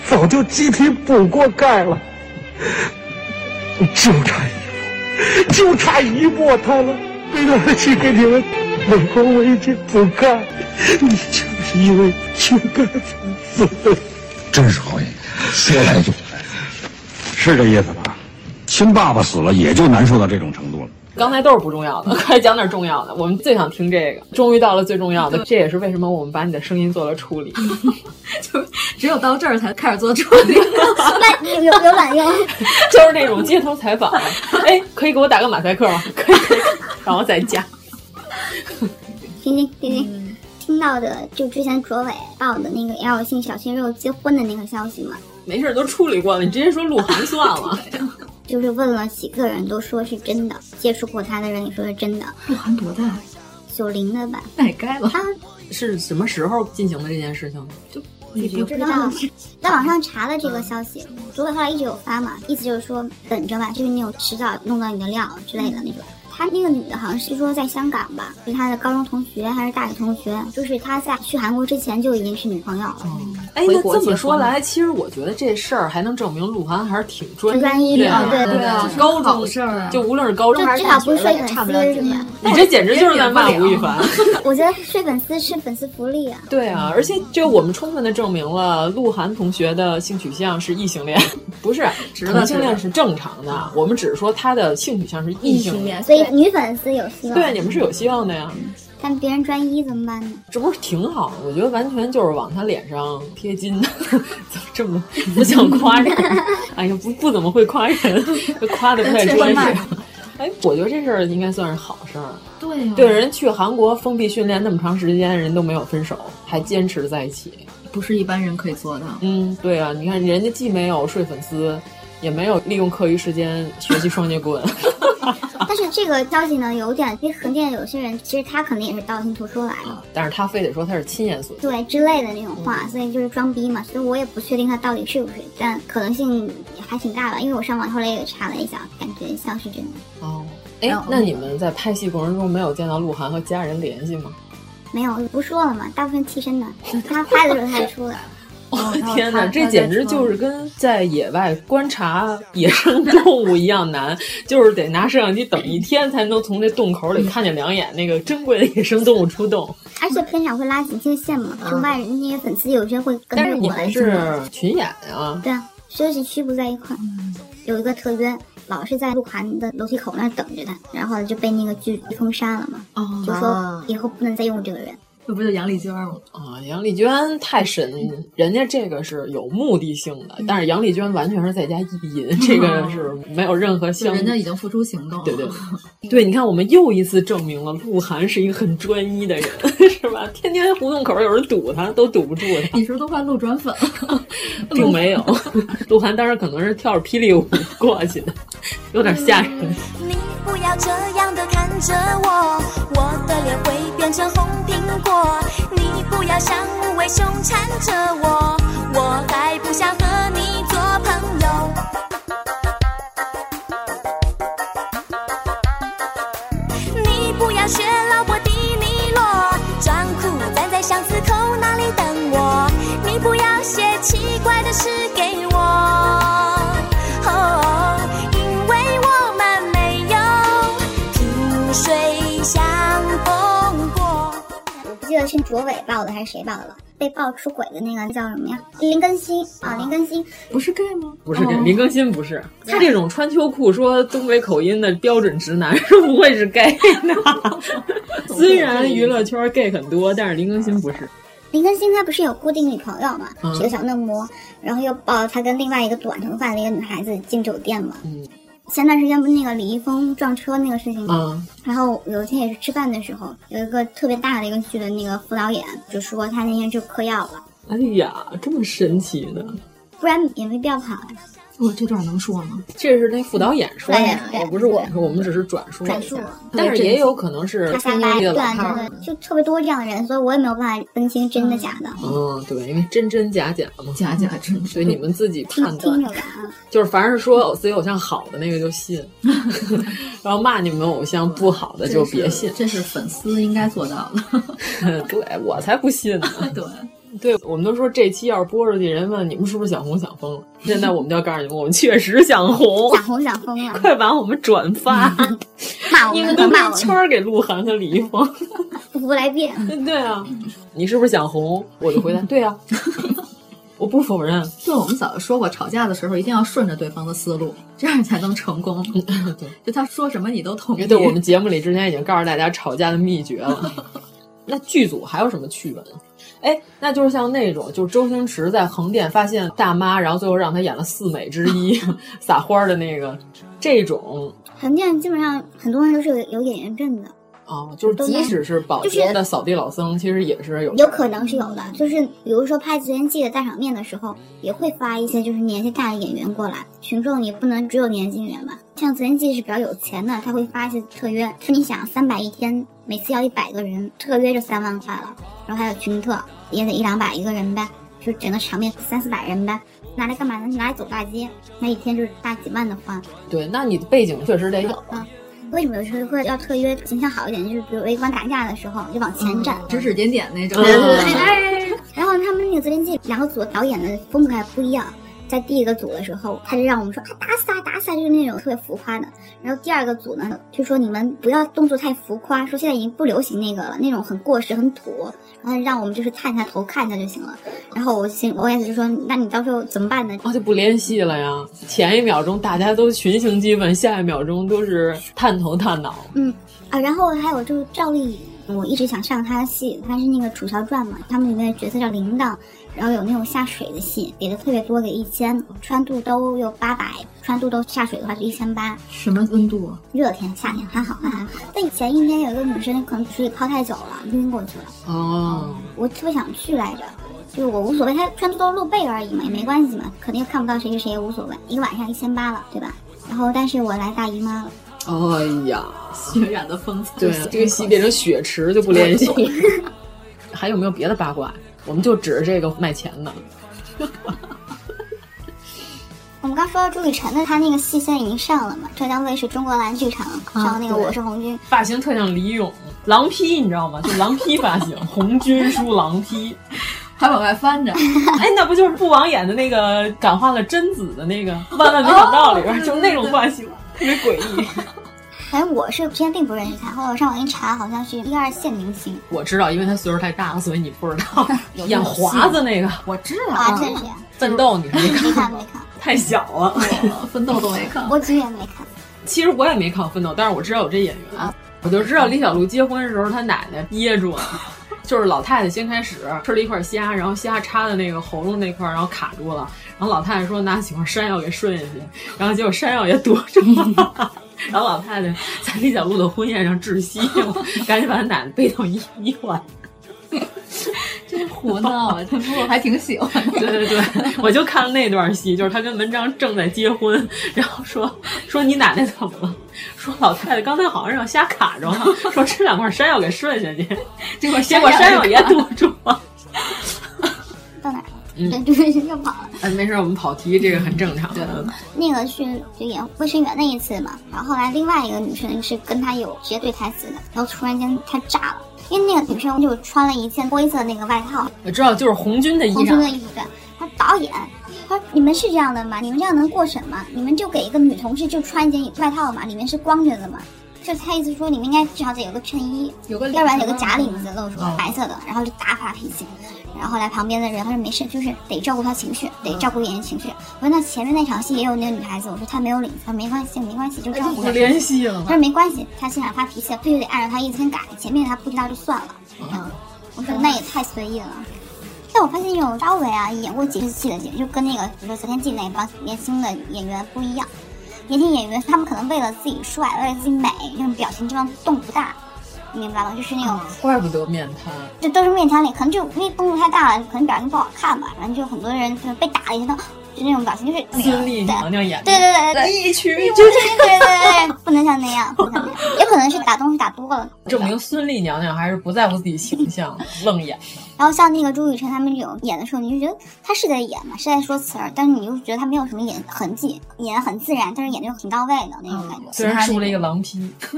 早就集体补过钙了，就差一步，就差一步他了。为了去给你们美国围巾补钙，你就是因为缺钙粉丝。真是好演员，说来就来，是这意思吧？亲爸爸死了，也就难受到这种程度了。刚才都是不重要的， 快讲点重要的。我们最想听这个，终于到了最重要的，这也是为什么我们把你的声音做了处 理。就只有到这儿才开始做处理。那有有有卵用？就是那种街头采访。哎，可以给我打个马赛克吗？可以， 可以，然后再加。听听听听，听到的就之前卓伟报的那个 L 姓小鲜肉结婚的那个消息嘛， 没事，都处理过了，你直接说鹿晗算 了。就是问了几个人都说是真的，接触过他的人也说是真的，鹿晗多大？九零的吧。那也该了。他是什么时候进行的这件事情？你不知道，在网上查了这个消息，主管后来一直有发嘛，意思就是说等着吧，就是你有迟早弄到你的料之类的那种。她那个女的好像是说在香港吧，是她的高中同学还是大学同学，就是她在去韩国之前就已经是女朋友了。哎，回那国这结么婚说来，其实我觉得这事儿还能证明鹿晗还是挺专专一的啊对对啊对对，高好中事儿啊就无论是高中还就是至大少学不是睡粉差不了丝是几吧？你这简直就是在骂吴亦凡。我觉得睡粉丝是粉丝福利啊。对啊，而且这我们充分的证明了鹿晗同学的性取向是异性 恋，不是道嗯同性恋是正常的。我们只是说他的性取向是异性异性恋啊嗯所以对女粉丝有希望。对，你们是有希望的呀。但别人专一怎么办 呢？这不是挺好？我觉得完全就是往他脸上贴金， 这 么不想夸人， 哎呀，不不怎么会夸人， 夸的不太专业。 哎，我觉得这事儿应该算是好事儿。对、啊、对，人去韩国封闭训练那么长时间，人都没有分手，还坚持在一起，不是一般人可以做到。嗯，对啊，你看人家既没有睡粉丝，也没有利用课余时间学习双截棍。但是这个消息呢，有点因为横店有些人，其实他可能也是道听途说来的、啊，但是他非得说他是亲眼所见，对之类的那种话，嗯、所以就是装逼嘛。所以我也不确定他到底是不是，但可能性还挺大吧。因为我上网后来也查了一下，感觉像是真的。哦，哎，那你们在拍戏过程中没有见到鹿晗和家人联系吗？没有，不说了嘛，大部分替身的，他拍的时候他就出来 了。哦、天哪，这简直就是跟在野外观察野生动物一样难， 就是得拿摄像机等一天才能从这洞口里看见两眼那个珍贵的野生动物出洞。而且片场会拉警戒线嘛，另外人家粉丝有些会跟啊着我。但是你们是群演啊？对啊，休息区不在一块儿，有一个特约。老是在鹿晗的楼梯口那等着他，然后就被那个剧封杀了嘛，哦、就说以后不能再用这个人。这不就杨丽娟吗？啊，杨丽娟太神，人家这个是有目的性的，嗯但是杨丽娟完全是在家意淫，这个是没有任何相。人家已经付出行动。 对对对，你看，我们又一次证明了鹿晗是一个很专一的人， 是吧？天天胡同口有人堵他，都堵不住他。你是不是都快路转粉了？ 并没有，鹿晗当时可能是跳着霹雳舞过去的，有点吓人。你不要这样的看着我，我的脸会变成红苹果。你不要像无尾熊缠着我，我还不想和你做朋友。你不要学劳勃迪尼洛，装酷站在巷子口那里等我。你不要写奇怪的诗给我，哦，因为我们没有萍水相逢。记得是卓伟爆的还是谁爆的了？被爆出轨的那个叫什么呀？林更新啊，林更新不是 gay 吗？不是 gay，林更新不是。他这种穿秋裤说东北口音的标准直男 是不会是 gay 的。虽然娱乐圈 gay 很多，但是林更新不是。林更新他不是有固定女朋友嘛？是个小嫩模，然后又爆他跟另外一个短头发的一个女孩子进酒店嘛？嗯。前段时间不是那个李易峰撞车那个事情吗？嗯、然后有一天也是吃饭的时候，有一个特别大的一个剧的那个副导演就说他那天就嗑药了。哎呀，这么神奇呢！不然也没必要跑啊呀。我这段能说吗？这是那副导演说的，哦我不是我说，我们只是转述。转述，但是也有可能是他瞎掰，对对，就特别多这样的人，所以我也没有办法分清真的假的。嗯，对，因为真真假假嘛，假假真真，所以你们自己判断。着吧啊就是凡是说哦自己偶像好的那个就 信， 然后骂你们偶像不好的就别信。这是粉丝应该做到的。 对我才不信呢。对。 对，我们都说这期要是播出去，人问你们是不是想红想疯了？现在我们就要告诉你们，我们确实想红，想嗯红想疯了，快把我们转发，嗯 骂我们，你们都把圈儿给鹿晗和李易 峰，不服来辩。对啊，你是不是想红？我就回答，对 啊，我不否认。就我们早就说过，吵架的时候一定要顺着对方的思路，这样才能成功。嗯对，就他说什么你都同意。对，我们节目里之前已经告诉大家吵架的秘诀了。那剧组还有什么趣闻？哎，那就是像那种，就是周星驰在横店发现大妈，然后最后让他演了四美之一， 撒欢的那个，这种横店基本上很多人都是有有演员证的。哦，就是即使是保洁的扫地老僧，就是、其实也是有有可能是有的。就是比如说拍《前记》的大场面的时候，也会发一些就是年纪大的演员过来，群众也不能只有年轻人吧。像《前记》是比较有钱的，他会发一些特约。你想，三百一天，每次要一百个人，特约就三万块了，然后还有群特，也得一两百一个人呗，就整个场面三四百人呗。拿来干嘛呢？拿来走大街，那一天就是大几万的花。对，那你的背景确实得有。嗯为什么有时候会要特约形象好一点？就是比如围观打架的时候，就往前站，指指啊点点那种。嗯对对对。然后他们那个《择天记》两个组导演的风格还不一样，在第一个组的时候，他就让我们说啊打死他打死他，就是那种特别浮夸的。然后第二个组呢，就说你们不要动作太浮夸，说现在已经不流行那个了，那种很过时很土。然后让我们就是探一下头看一下就行了。然后我心我也是就说，那你到时候怎么办呢？哦，就不联系了呀。前一秒钟大家都群情激愤，下一秒钟都是探头探脑。嗯啊，然后还有就是赵丽颖。我一直想上她的戏，她是那个《楚乔传》嘛，他们里面的角色叫铃铛，然后有那种下水的戏，给的特别多，给一千，穿肚兜有八百，穿肚兜下水的话是一千八。什么温度？啊？热天、夏天还好啊。但前一天有一个女生可能水里泡太久了，晕过去了。哦，我特别想去来着，就我无所谓，她穿肚兜露背而已嘛，也没关系嘛，肯定看不到谁是谁也无所谓。一个晚上一千八了，对吧？然后但是我来大姨妈了。哎、哦、呀，血染的风采。对，啊这个戏变成血池就不联系。还有没有别的八卦？我们就指着这个卖钱的。我们刚说到朱雨辰的，他那个戏现在已经上了嘛？浙江卫视中国蓝剧场上那个《我是红军》啊，发型特像李咏，狼披，你知道吗？就狼披发型，红军梳狼披， 还往外翻着。 哎，那不就是不枉演的那个感化了贞子的那个《万万没想到》里哦边，就是那种发型。特别诡异，反正哎我是之前并不认识他，后来我上网一查，好像是一二线明星。 我知道，因为他岁数太大了，所以你不知 道。演华子那个，我知道啊，这是 奋斗，你没看没看？ 太小了，哦奋斗都没看，我只也没看。其实我也没看奋斗，但是我知道有这演员，啊、我就知道李小璐结婚的时候，她奶奶噎住了。 就是老太太先开始吃了一块虾，然后虾插在那个喉咙那块，然后卡住了。然后老太太说拿几块山药给顺下去，然后结果山药也堵住了。 然后老太太在李小璐的婚宴上窒息了，赶紧把她奶奶背到医医院。真胡闹啊！这部我还挺喜欢。 对对对，我就看了那段戏，就是他跟文章正在结婚，然后说说你奶奶怎么了？说老太太刚才好像让虾卡 着了，说吃两块山药给顺下去，结果结果山药也堵住了。到哪儿了？ 嗯，对，又跑了。哎，没事，我们跑题这个很正常。对，那个是就演卫生员那一次嘛，然后后来另外一个女生是跟他有直接对台词的，然后突然间他炸了。因为那个女生就穿了一件灰色那个外套，我知道就是红军的衣裳。红军的衣服，对。他导演，他说你们是这样的吗？你们这样能过审吗？你们就给一个女同事就穿一件外套嘛，里面是光着的嘛。就他意思说，你们应该至少得有个衬衣，有个要不然有个假领子露出来，白色的，然后就大发脾气。然后后来旁边的人他说没事，就是得照顾他情绪，得照顾演员情绪。我说那前面那场戏也有那个女孩子，我说她没有领子，她没关系，没关系，就照顾她。联系了。他说没关系，她现场发脾气，必须得按照她意思改。前面她不知道就算了。嗯，我说那也太随意了。但我发现有稍微啊演过几次戏的，就跟那个比如说《昨天记》那帮年轻的演员不一样。年轻演员他们可能为了自己帅，为了自己美，就是表情这方动不大，你明白吗？就是那种，嗯、怪不得面瘫，这都是面瘫脸，可能就因为动作太大了，可能表情不好看吧。反正就很多人就是被打了一下，就那种表情，就是孙俪娘娘演的，哎对对对哎对，一曲就对对对，不能像那样，不能像那样，也可能是打东西打多了。证明孙俪娘娘还是不在乎自己形象，愣演。然后像那个朱雨辰他们这种演的时候，你就觉得他是在演嘛，是在说词儿，但是你又觉得他没有什么演痕迹，演很自然，但是演的又挺到位的那种感觉。虽然梳了一个狼披，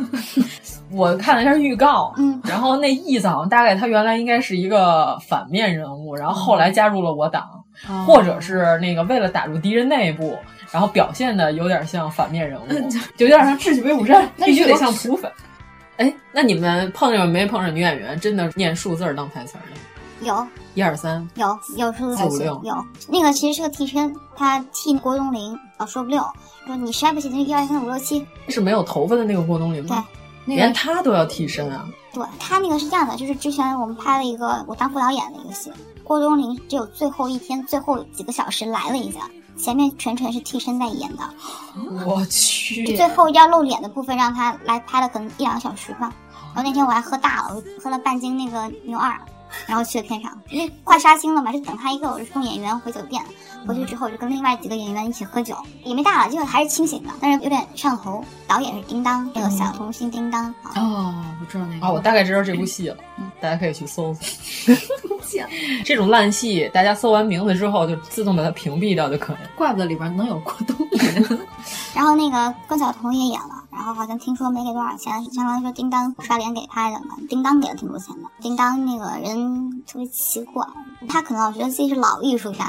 我看了一下预告，嗯，然后那意思好像大概他原来应该是一个反面人物，然后后来加入了我党，哦、或者是那个为了打入敌人内部，然后表现的有点像反面人物，嗯、有点像智取威虎山，必须得像土匪。哎，那你们碰着没碰着女演员真的念数字当台词的？有一二三，有有数字四五六，有那个其实是个替身，他替郭冬临啊说不溜，说你实在不行就一二三五六七，是没有头发的那个郭冬临吗？哦对，那个、连他都要替身啊。对他那个是这样的，就是之前我们拍了一个我当副导演的一个戏，郭冬临只有最后一天最后几个小时来了一下，前面全程是替身在演的。我去，最后要露脸的部分让他来拍了可能一两个小时吧。然后那天我还喝大了，我喝了半斤那个牛二。然后去了片场，因为快杀青了嘛，就等他一个我是送演员回酒店。回去之后就跟另外几个演员一起喝酒，也没大了，结果还是清醒的，但是有点上头。导演是叮当，那个小童星叮当。哦，我知道那个。哦，我大概知道这部戏了，嗯、大家可以去搜搜。 这种烂戏，大家搜完名字之后就自动把它屏蔽掉就可以了。怪不得里边能有郭冬临。然后那个关晓彤也演了，然后好像听说没给多少钱，相当于说叮当刷脸给拍的嘛，叮当给了挺多钱的。叮当那个人特别奇怪。他可能老觉得自己是老艺术家，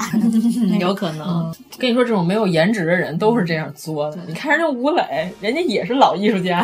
嗯有可能。跟你说，这种没有颜值的人都是这样作的。嗯你看人家吴磊，人家也是老艺术家，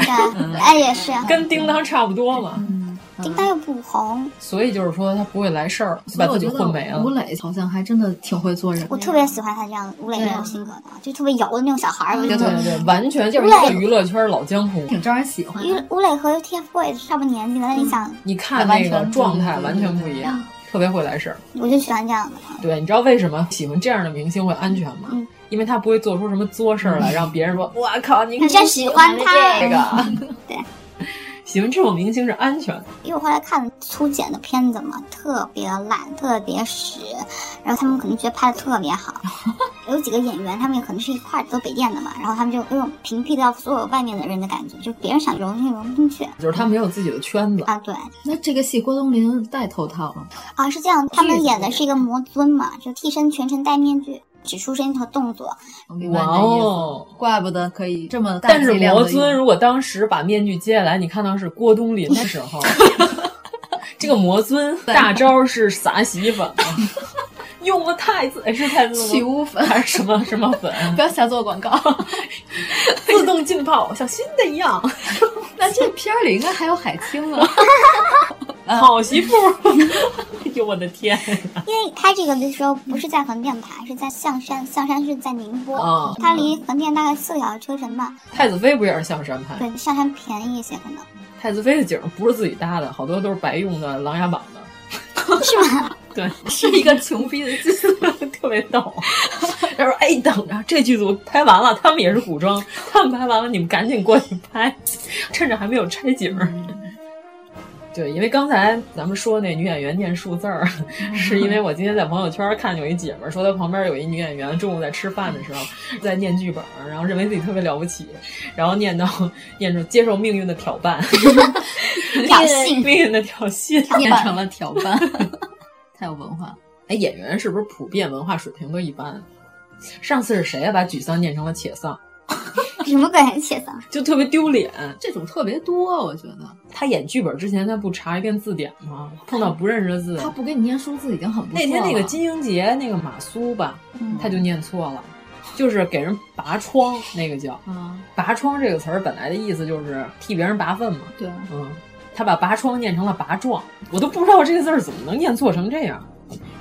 哎，也是，跟叮当差不多嘛。嗯叮当又不红，所以就是说他不会来事儿，所把以我自己觉混没得了吴。磊好像还真的挺会做人。我特别喜欢他这样吴磊这种性格的，就特别摇的那种小孩儿。我就对觉对得对，完全就是一个娱乐圈老江湖。挺招人喜欢因为吴磊和 TFBOYS 上不年纪了，那你想，你看那个状态完全不一样，特别会来事儿。我就喜欢这样的。对，你知道为什么喜欢这样的明星会安全吗？嗯因为他不会做出什么作事儿嗯来，让别人说我靠，你你真喜欢他这个。 对， 喜欢这种明星是安全的。因为我后来看了粗剪的片子嘛，特别烂，特别屎，然后他们可能觉得拍的特别好。有几个演员，他们也可能是一块儿走北电的嘛，然后他们就有种屏蔽掉所有外面的人的感觉，就别人想融进融不进去。就是他没有自己的圈子，啊，对那这个戏郭冬临戴头套了，啊，是这样，他们演的是一个魔尊嘛，就替身全程戴面具，只出声音和动作，我明白哇你的意思哦！怪不得可以这么大但是剂量魔的用。尊如果当时把面具揭下来，你看到是郭冬临的时 候，这个魔尊大招是撒洗衣粉， 用了太子哎是太子起吗？雾 粉，还是什么什么粉？啊不要瞎做广 告。自动浸泡，像新的一 样。那这片儿里应该还有海清啊。 好媳妇，哎 呦我的天！因为他这个的时候不是在横店拍，是在象山，象山是在宁波，啊它离横店大概四个小时车程吧。太子妃不也是象山派？对，象山便宜一些可能。 太子妃的景儿不是自己搭的，好多都是白用的琅琊榜的。是吗？ 对，是一个穷逼的剧组， 特别逗。他说：“哎，等着，这剧组拍完了，他们也是古装， 他们拍完了，你们赶紧过去拍，趁着还没有拆景儿。对，因为刚才咱们说那女演员念数字儿，是因为我今天在朋友圈看有一姐们儿说她旁边有一女演员中午在吃饭的时候在念剧本儿，然后认为自己特别了不起，然后念到念着接受命运的挑 绊，挑衅命运的挑衅， 变成了条瓣，太有文化了。哎，演员是不是普遍文化水平都一般？啊上次是谁啊？把沮丧念成了且丧，什么鬼？且丧？就特别丢脸。这种特别多，我觉得他演剧本之前，他不查一遍字典吗？碰到不认识的字，他不给你念数字已经很不错那了。天那个金英杰那个马苏吧，嗯他就念错了，就是给人拔疮，那个叫啊，拔疮这个词儿本来的意思就是替别人拔粪嘛。对，啊嗯，他把拔疮念成了拔壮，我都不知道这个字儿怎么能念错成这样。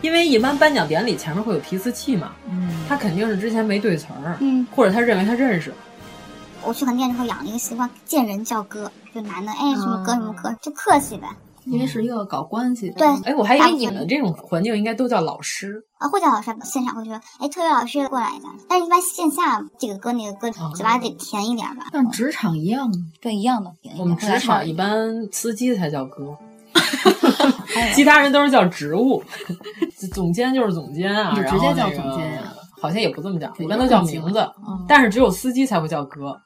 因为一般颁奖典礼前面会有提词器嘛，嗯，他肯定是之前没对词儿，嗯，或者他认为他认识，我去横店之后养了一个习惯，见人叫哥，就男的哎什么哥什么哥，就客气呗。因为是一个搞关系的，对，哎，我还以为你大部们分这种环境应该都叫老师，啊，会叫老师现场会说，哎，特约老师过来一下。但是一般线下这个哥那个哥，啊嘴巴得甜一点吧。像职场一样，对，一样的。嗯我们职场一般司机才叫哥，其他人都是叫职务，总监就是总监啊，你直接然后叫总监呀那个好像也不这么讲，对一般都叫名字，嗯但是只有司机才会叫哥，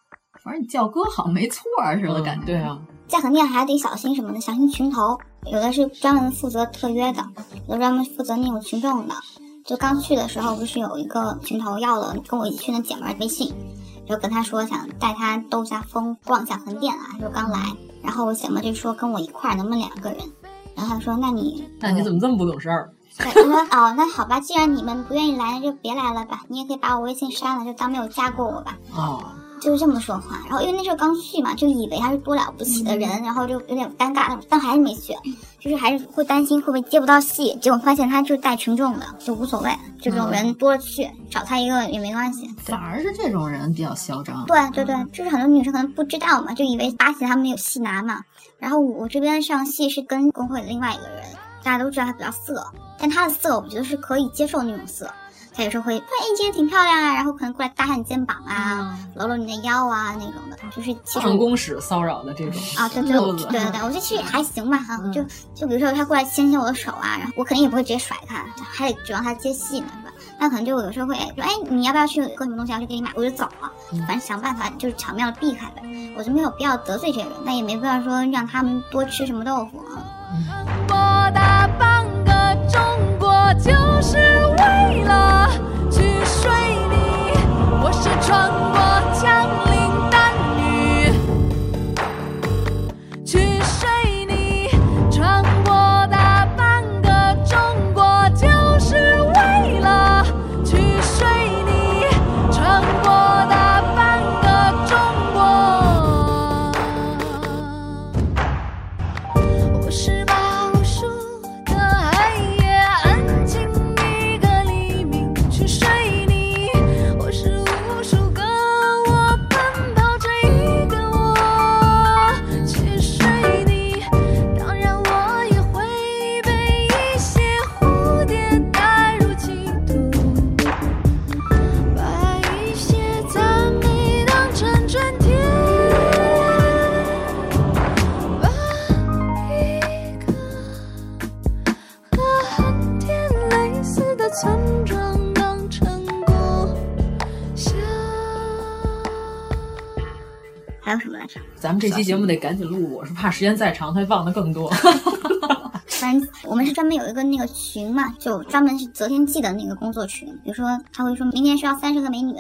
反正你叫哥好像没错儿似的感嗯觉。对，啊，在横店还得小心什么的，小心群头，有的是专门负责特约的，有的专门负责那种群众的。就刚去的时候，不是有一个群头要了跟我一起去的姐们儿微信，就跟她说想带她兜一下风，逛一下横店啊，就刚来。然后我姐们儿就说跟我一块儿，能不能两个人？然后她说那你 那你怎么这么不懂事儿？对，我说哦，那好吧，既然你们不愿意来，那就别来了吧。你也可以把我微信删了，就当没有加过我吧。哦，就是这么说话。然后因为那时候刚去嘛，就以为他是多了不起的人，然后就有点尴尬，但还是没去，就是还是会担心会不会接不到戏。结果发现他就是带群众的，就无所谓，这种人多了去，少他一个也没关系。反而是这种人比较嚣张。对对对，就是很多女生可能不知道嘛，就以为八喜他们有戏拿嘛。然后我这边上戏是跟工会的另外一个人，大家都知道他比较色，但他的色我觉得是可以接受那种色。他有时候会，哎，你今天挺漂亮啊，然后可能过来搭下你肩膀啊，搂搂你的腰啊那种的，就是其实办公室骚扰的这种啊，对对路对子嗯对对，我觉得其实还行吧哈、就就比如说他过来牵牵我的手啊，然后我肯定也不会直接甩他，还得指望他接戏呢，是吧？那可能就有时候会哎说哎你要不要去喝什么东西啊，我就给你买，我就走了，嗯反正想办法就是巧妙的避开呗。我就没有必要得罪这个人，但也没必要说让他们多吃什么豆腐啊。我大半个中国就是为了去睡你，我是穿过枪林弹雨去睡你，穿过大半个还有什么来着？咱们这期节目得赶紧录，我是怕时间再长，它忘的更多。反正我们是专门有一个那个群嘛，就专门是择天记的那个工作群。比如说，他会说明天需要三十个美女，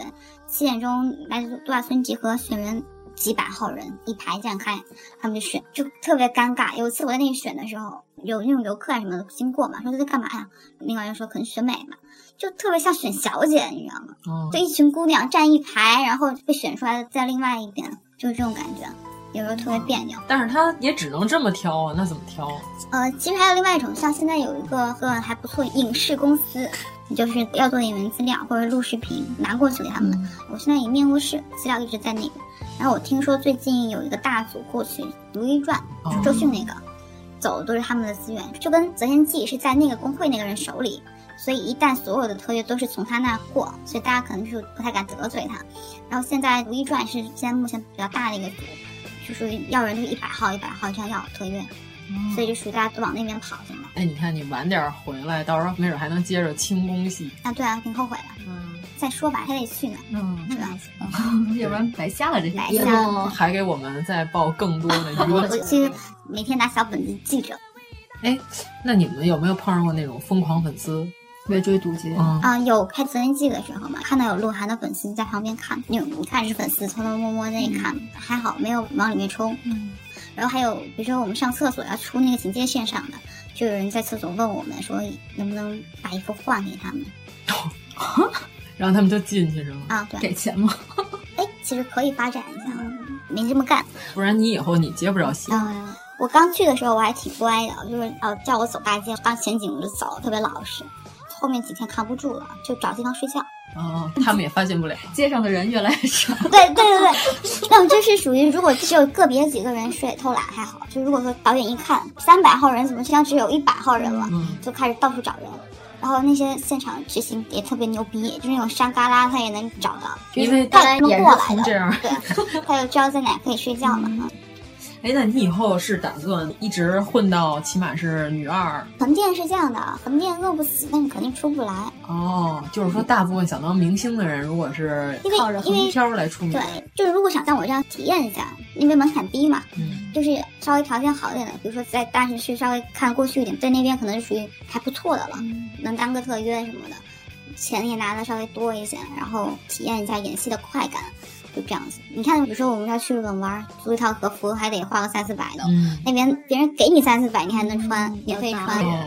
七点钟来度假村集合，选人几百号人一排站开，他们就选，就特别尴尬。有一次我在那里选的时候，有那种游客啊什么的经过嘛，说这在干嘛呀？那个人说可能选美嘛，就特别像选小姐，你知道吗？哦就一群姑娘站一排，然后被选出来在另外一边，就是这种感觉，有时候特别别扭。但是他也只能这么挑啊，那怎么挑？呃，其实还有另外一种，像现在有一个个还不错影视公司，你就是要做演员资料或者录视频拿过去给他们。我现在以面录室资料一直在那边，然后我听说最近有一个大组过去《如懿传》，就是周迅那个，走的都是他们的资源，就跟《择天记》是在那个工会那个人手里，所以一旦所有的合约都是从他那过，所以大家可能就是不太敢得罪他。然后现在《如懿传》是现在目前比较大的一个组，就是要人就是一百号一百号这样要合约。所以就属于大家都往那边跑现在。哎，你看你晚点回来，到时候没准还能接着轻功戏。啊，对啊，挺后悔的。嗯，再说吧，还得去呢。嗯，是吧？要不然白瞎了这白节瞎目，了嗯还给我们再报更多的娱我乐我节其目实每天拿小本子记着。哎，那你们有没有碰上过那种疯狂粉丝围追堵截？嗯，啊、有拍责任记的时候嘛，看到有鹿晗的粉丝在旁边看，那种一看是粉丝，偷偷摸摸在那看，还好没有往里面冲。嗯。然后还有，比如说我们上厕所要出那个警戒线上的，就有人在厕所问我们说，能不能把衣服换给他们？然后他们就进去是吗？啊，对，给钱吗？哎，其实可以发展一下，没这么干。不然你以后你接不着戏。嗯，我刚去的时候我还挺乖的，就是哦叫我走大街当前景我就走，特别老实。后面几天扛不住了，就找地方睡觉。 哦，他们也发现不了。街上的人越来越少。 对对对对，那我这是属于如果只有个别几个人睡偷懒还好，就如果说导演一看三百号人怎么现在只有一百号人了，嗯就开始到处找人。然后那些现场执行也特别牛逼，就是那种山旮旯他也能找到，因为他大家能也是过来从的，这样对，他就知道在哪可以睡觉了。哎，那你以后是打算一直混到起码是女二？横店是这样的，横店饿不死，但你肯定出不来。哦，就是说大部分想当明星的人，如果是因为靠着因横为漂来出名对，，就是如果想像我这样体验一下，因为门槛低嘛，嗯就是稍微条件好一点的，比如说在大城市稍微看过去一点，在那边可能是属于还不错的了，能当个特约什么的，钱也拿的稍微多一些，然后体验一下演戏的快感，就这样子。你看，比如说我们要去日本玩，租一套和服还得花个三四百的，嗯那边别人给你三四百，你还能穿，免费穿，哦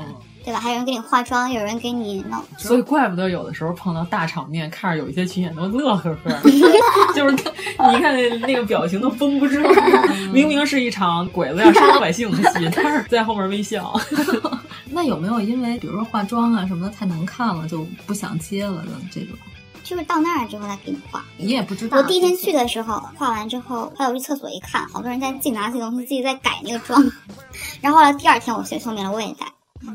对吧？还有人给你化妆，有人给你弄。所以怪不得有的时候碰到大场面，看着有一些群演都乐呵呵， 就是看你看那那个表情都绷不住，明明是一场鬼子要杀老百姓的戏，但是在后面微笑。那有没有因为比如说化妆啊什么的太难看了，就不想接了的这种，就是到那儿之后再给你化？ 你也不知我第一天去的时候化完之后，后来我去厕所一看，好多人在自己拿自己东西，自己在改那 个妆。然后后来第二天我学聪明了，我也在。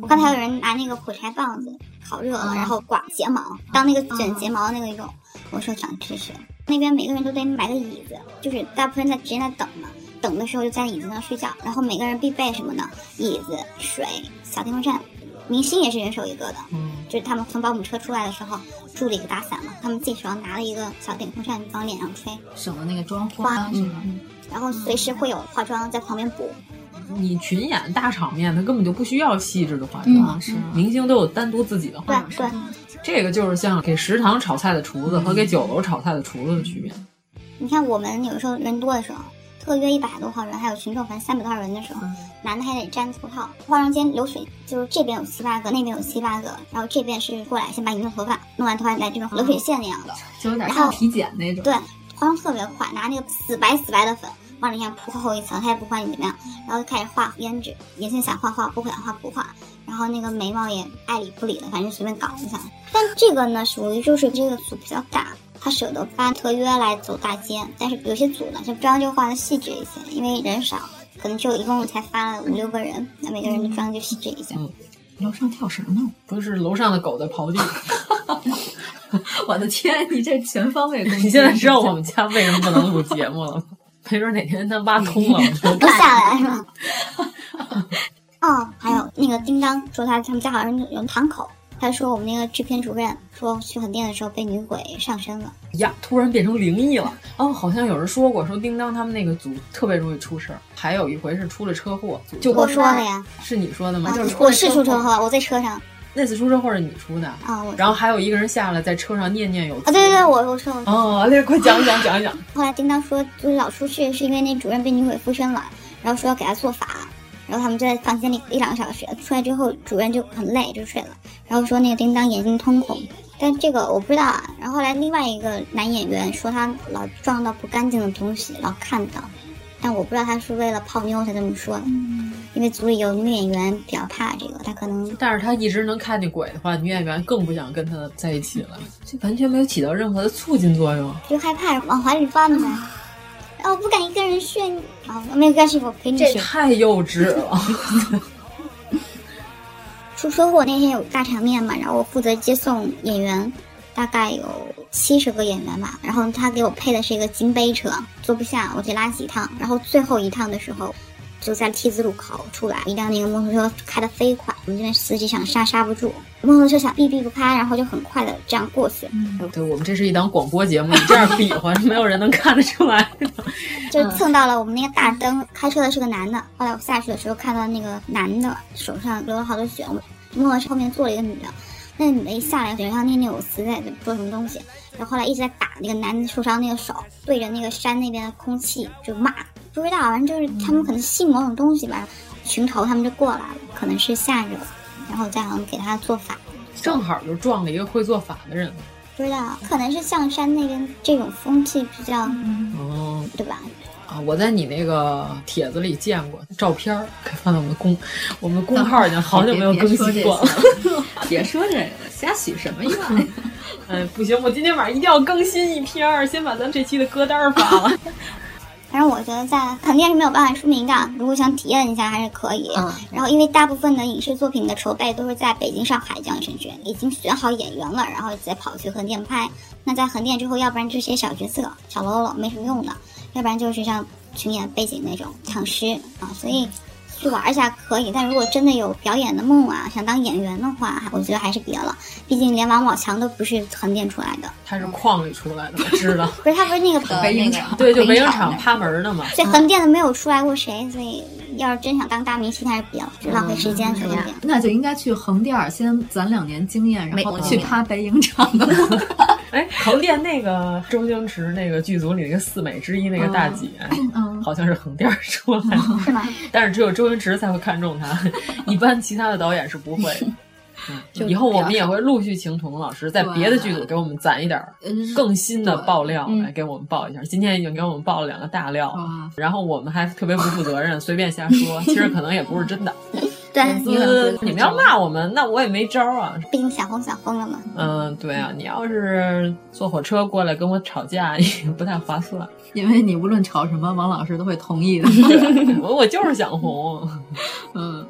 我看到还有人拿那个火柴棒子烤热了，嗯然后刮睫毛，当那个卷睫毛那个用。我说长知识了，那边每个人都得买个椅子，就是大部分在直接在等嘛。等的时候就在椅子上睡觉，然后每个人必备什么呢？椅子、水、小电风扇。明星也是人手一个的，嗯就是他们从保姆车出来的时候，助理给打伞了，他们自己手上拿了一个小电风扇往脸上吹，省了那个妆啊花是吧？然后随时会有化妆在旁边补。你群演大场面，他根本就不需要细致的化妆，嗯是明星都有单独自己嗯的化妆。对对，这个就是像给食堂炒菜的厨子和给酒楼炒菜的厨子的区别。你看我们有时候人多的时候，特约一百多号人，还有群众反正三百多号人的时候，男的还得粘头套，化妆间流水就是这边有七八个，那边有七八个，然后这边是过来先把你弄头发，弄完头发来这边流水线那样的，就有点像体检那种对，化妆特别快，拿那个死白死白的粉往脸上铺厚厚一层，他也不管你怎么样，然后就开始画胭脂，眼线想画画，不想画不画，然后那个眉毛也爱理不理的，反正随便搞一下。但这个呢，属于就是这个组比较大，他舍得发特约来走大街，但是有些组呢，就妆就画的细致一些，因为人少，可能就一共才发了五六个人，那每个人的妆就细致一些。楼上跳绳呢？ 不是楼上的狗在 刨地。我的天，你这全方位攻击！你现在知道我们家为什么不能录节目了吗？ 没准哪天他挖空了，我们就不下来是吧？ 哦，还有那个叮当说他他们家好像有堂口，他说我们那个制片主任说去横店的时候被女鬼上身了。呀，突然变成灵异了。哦，好像有人说过，说叮当他们那个组特别容易出事儿。还有一回是出了车祸，就我说了呀，是你说的吗？啊就是我是出车车祸，我在车上。那次出车祸是你出的啊，我然后还有一个人下来在车上念念有词啊，对对对，我我说我哦，那快讲讲讲讲。后来叮当说，就是老出事是因为那主任被女鬼附身了，然后说要给他做法，然后他们就在房间里一两个小时，出来之后主任就很累就睡了，然后说那个叮当眼睛通红，但这个我不知道啊。然后后来另外一个男演员说他老撞到不干净的东西，老看到，但我不知道他是为了泡妞才这么说的，因为组里有女演员比较怕这个，他可能但是他一直能看见鬼的话，女演员更不想跟他在一起了。这完全没有起到任何的促进作用。就害怕往怀里放呗。然后不敢一个人睡，啊，没有关系，我陪你这睡。太幼稚了。 出车祸那天有大场面嘛，然后我负责接送演员，大概有七十个演员吧。然后他给我配的是一个金杯车，坐不下，我去拉几趟。然后最后一趟的时候，就在 T 字路口出来，一辆那个摩托车开得飞快，我们这边司机想刹刹不住，摩托车想避避不开，然后就很快的这样过去，对我们这是一档广播节目，你这样比划，没有人能看得出来。就蹭到了我们那个大灯。开车的是个男的，后来我下去的时候看到那个男的手上流了好多血，我摸了后面坐了一个女的，那女的一下来脸上念念有词在说什么东西，然后后来一直在打那个男的受伤那个手，对着那个山那边的空气就骂，不知道，反正就是他们可能信某种东西吧，群头他们就过来了，可能是吓着了，然后再好像给他做法，正好就撞了一个会做法的人。不知道，可能是象山那边这种风气比较，哦、对吧？啊，我在你那个帖子里见过照片儿，可以放在我们公我们公号已经好久没有更新过 了。别说这个了，瞎许什么 愿？嗯，不行，我今天晚上一定要更新一篇儿，先把咱们这期的歌单儿发了。反正我觉得在肯定是没有办法说明的，如果想体验一下还是可以。嗯然后因为大部分的影视作品的筹备都是在北京、上海这样城市，已经选好演员了，然后再跑去横店拍。那在横店之后，要不然就些小角色、小喽啰没什么用的，要不然就是像群演背景那种唱诗啊，所以。去玩一下可以，但如果真的有表演的梦啊，想当演员的话，我觉得还是别了。毕竟连王宝强都不是横店出来的，他是矿里出来的，我知道。不是他不是那个北影厂 对，就北影厂趴门儿的嘛。所嗯以横店的没有出来过谁，所以要是真想当大明星，还是比较浪费时间去哎横呀店。那就应该去横店儿先攒两年经验，然后没去趴北影厂。 哎，横店那个周星驰那个剧组里那个四美之一那个大姐，嗯好像是横店儿出来 的，是吗？ 但是只有周星驰才会看中她，一般其他的导演是不会的。 就啊以后我们也会陆续请土龙老师在别的剧组给我们攒一点儿嗯更新的爆料对嗯来给我们爆一下。今天已经给我们爆了两个大料了哇，然后我们还特别不负责任，随便 瞎说，其实可能也不是真的。对，嗯你们要骂我们，那我也没招儿啊。毕竟想红想疯了嘛。嗯，对啊，你要是坐火车过来跟我吵架， 也不太划算。因为你无论吵什么，王老师都会同意的。啊我我就是想红。嗯，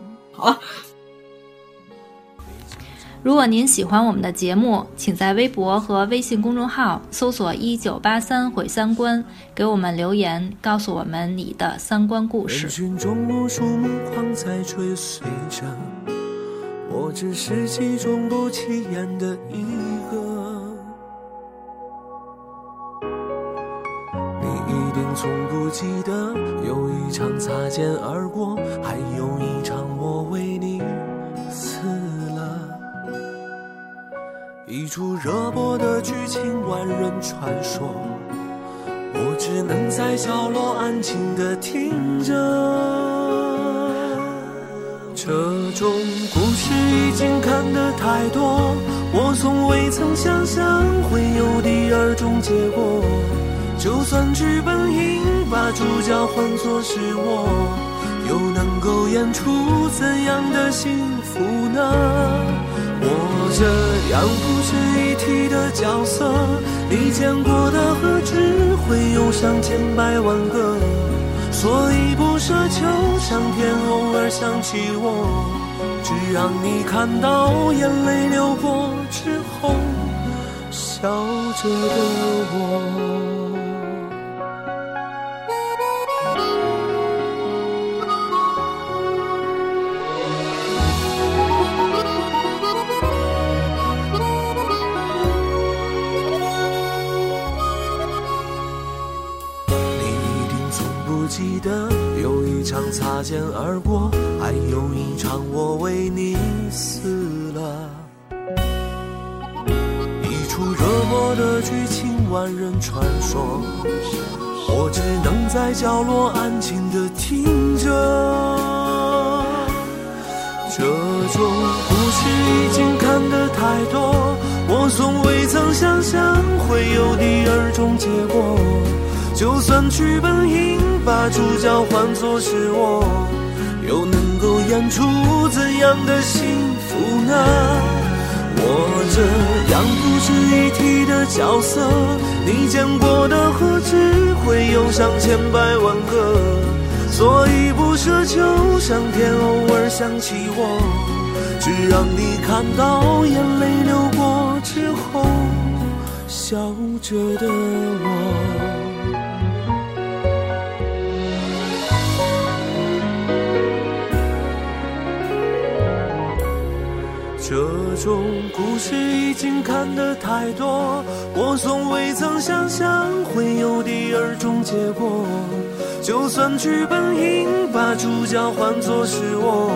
如果您喜欢我们的节目，请在微博和微信公众号搜索“一九八三毁三观”，给我们留言，告诉我们你的三观故事。人群中无数目光在追随着，我只是其中不起眼的一个。你一定从不记得，有一场擦肩而过，还有一场我为你死了。一出热播的剧情，万人传说。我只能在角落安静地听着。这种故事已经看得太多，我从未曾想象会有第二种结果。就算剧本应把主角换作是我，又能够演出怎样的幸福呢？我这样不值一提的角色，你见过的何止会有上千百万个，所以不奢求上天偶尔想起我，只让你看到眼泪流过之后笑着的我。 Thank you. 场擦肩而过，还有一场我为你死了。一出热播的剧情，万人传说，我只能在角落安静的听着。这种故事已经看得太多，我从未曾想象会有第二种结果。就算剧本应把主角换作是我，又能够演出怎样的幸福呢？我这样不值一提的角色，你见过的何止会有上千百万个。所以不奢求上天偶尔想起我，只让你看到眼泪流过之后笑着的我。这种故事已经看得太多，我从未曾想象会有第二种结果。就算剧本应把主角换作是我，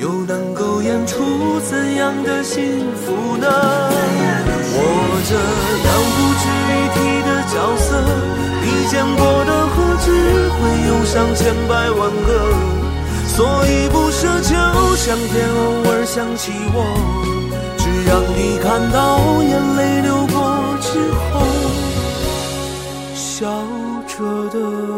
又能够演出怎样的幸福呢？我这样不值一提的角色，你见过的何止会有上千百万个，所以不奢求上天偶尔想起我，只让你看到眼泪流过之后笑着的。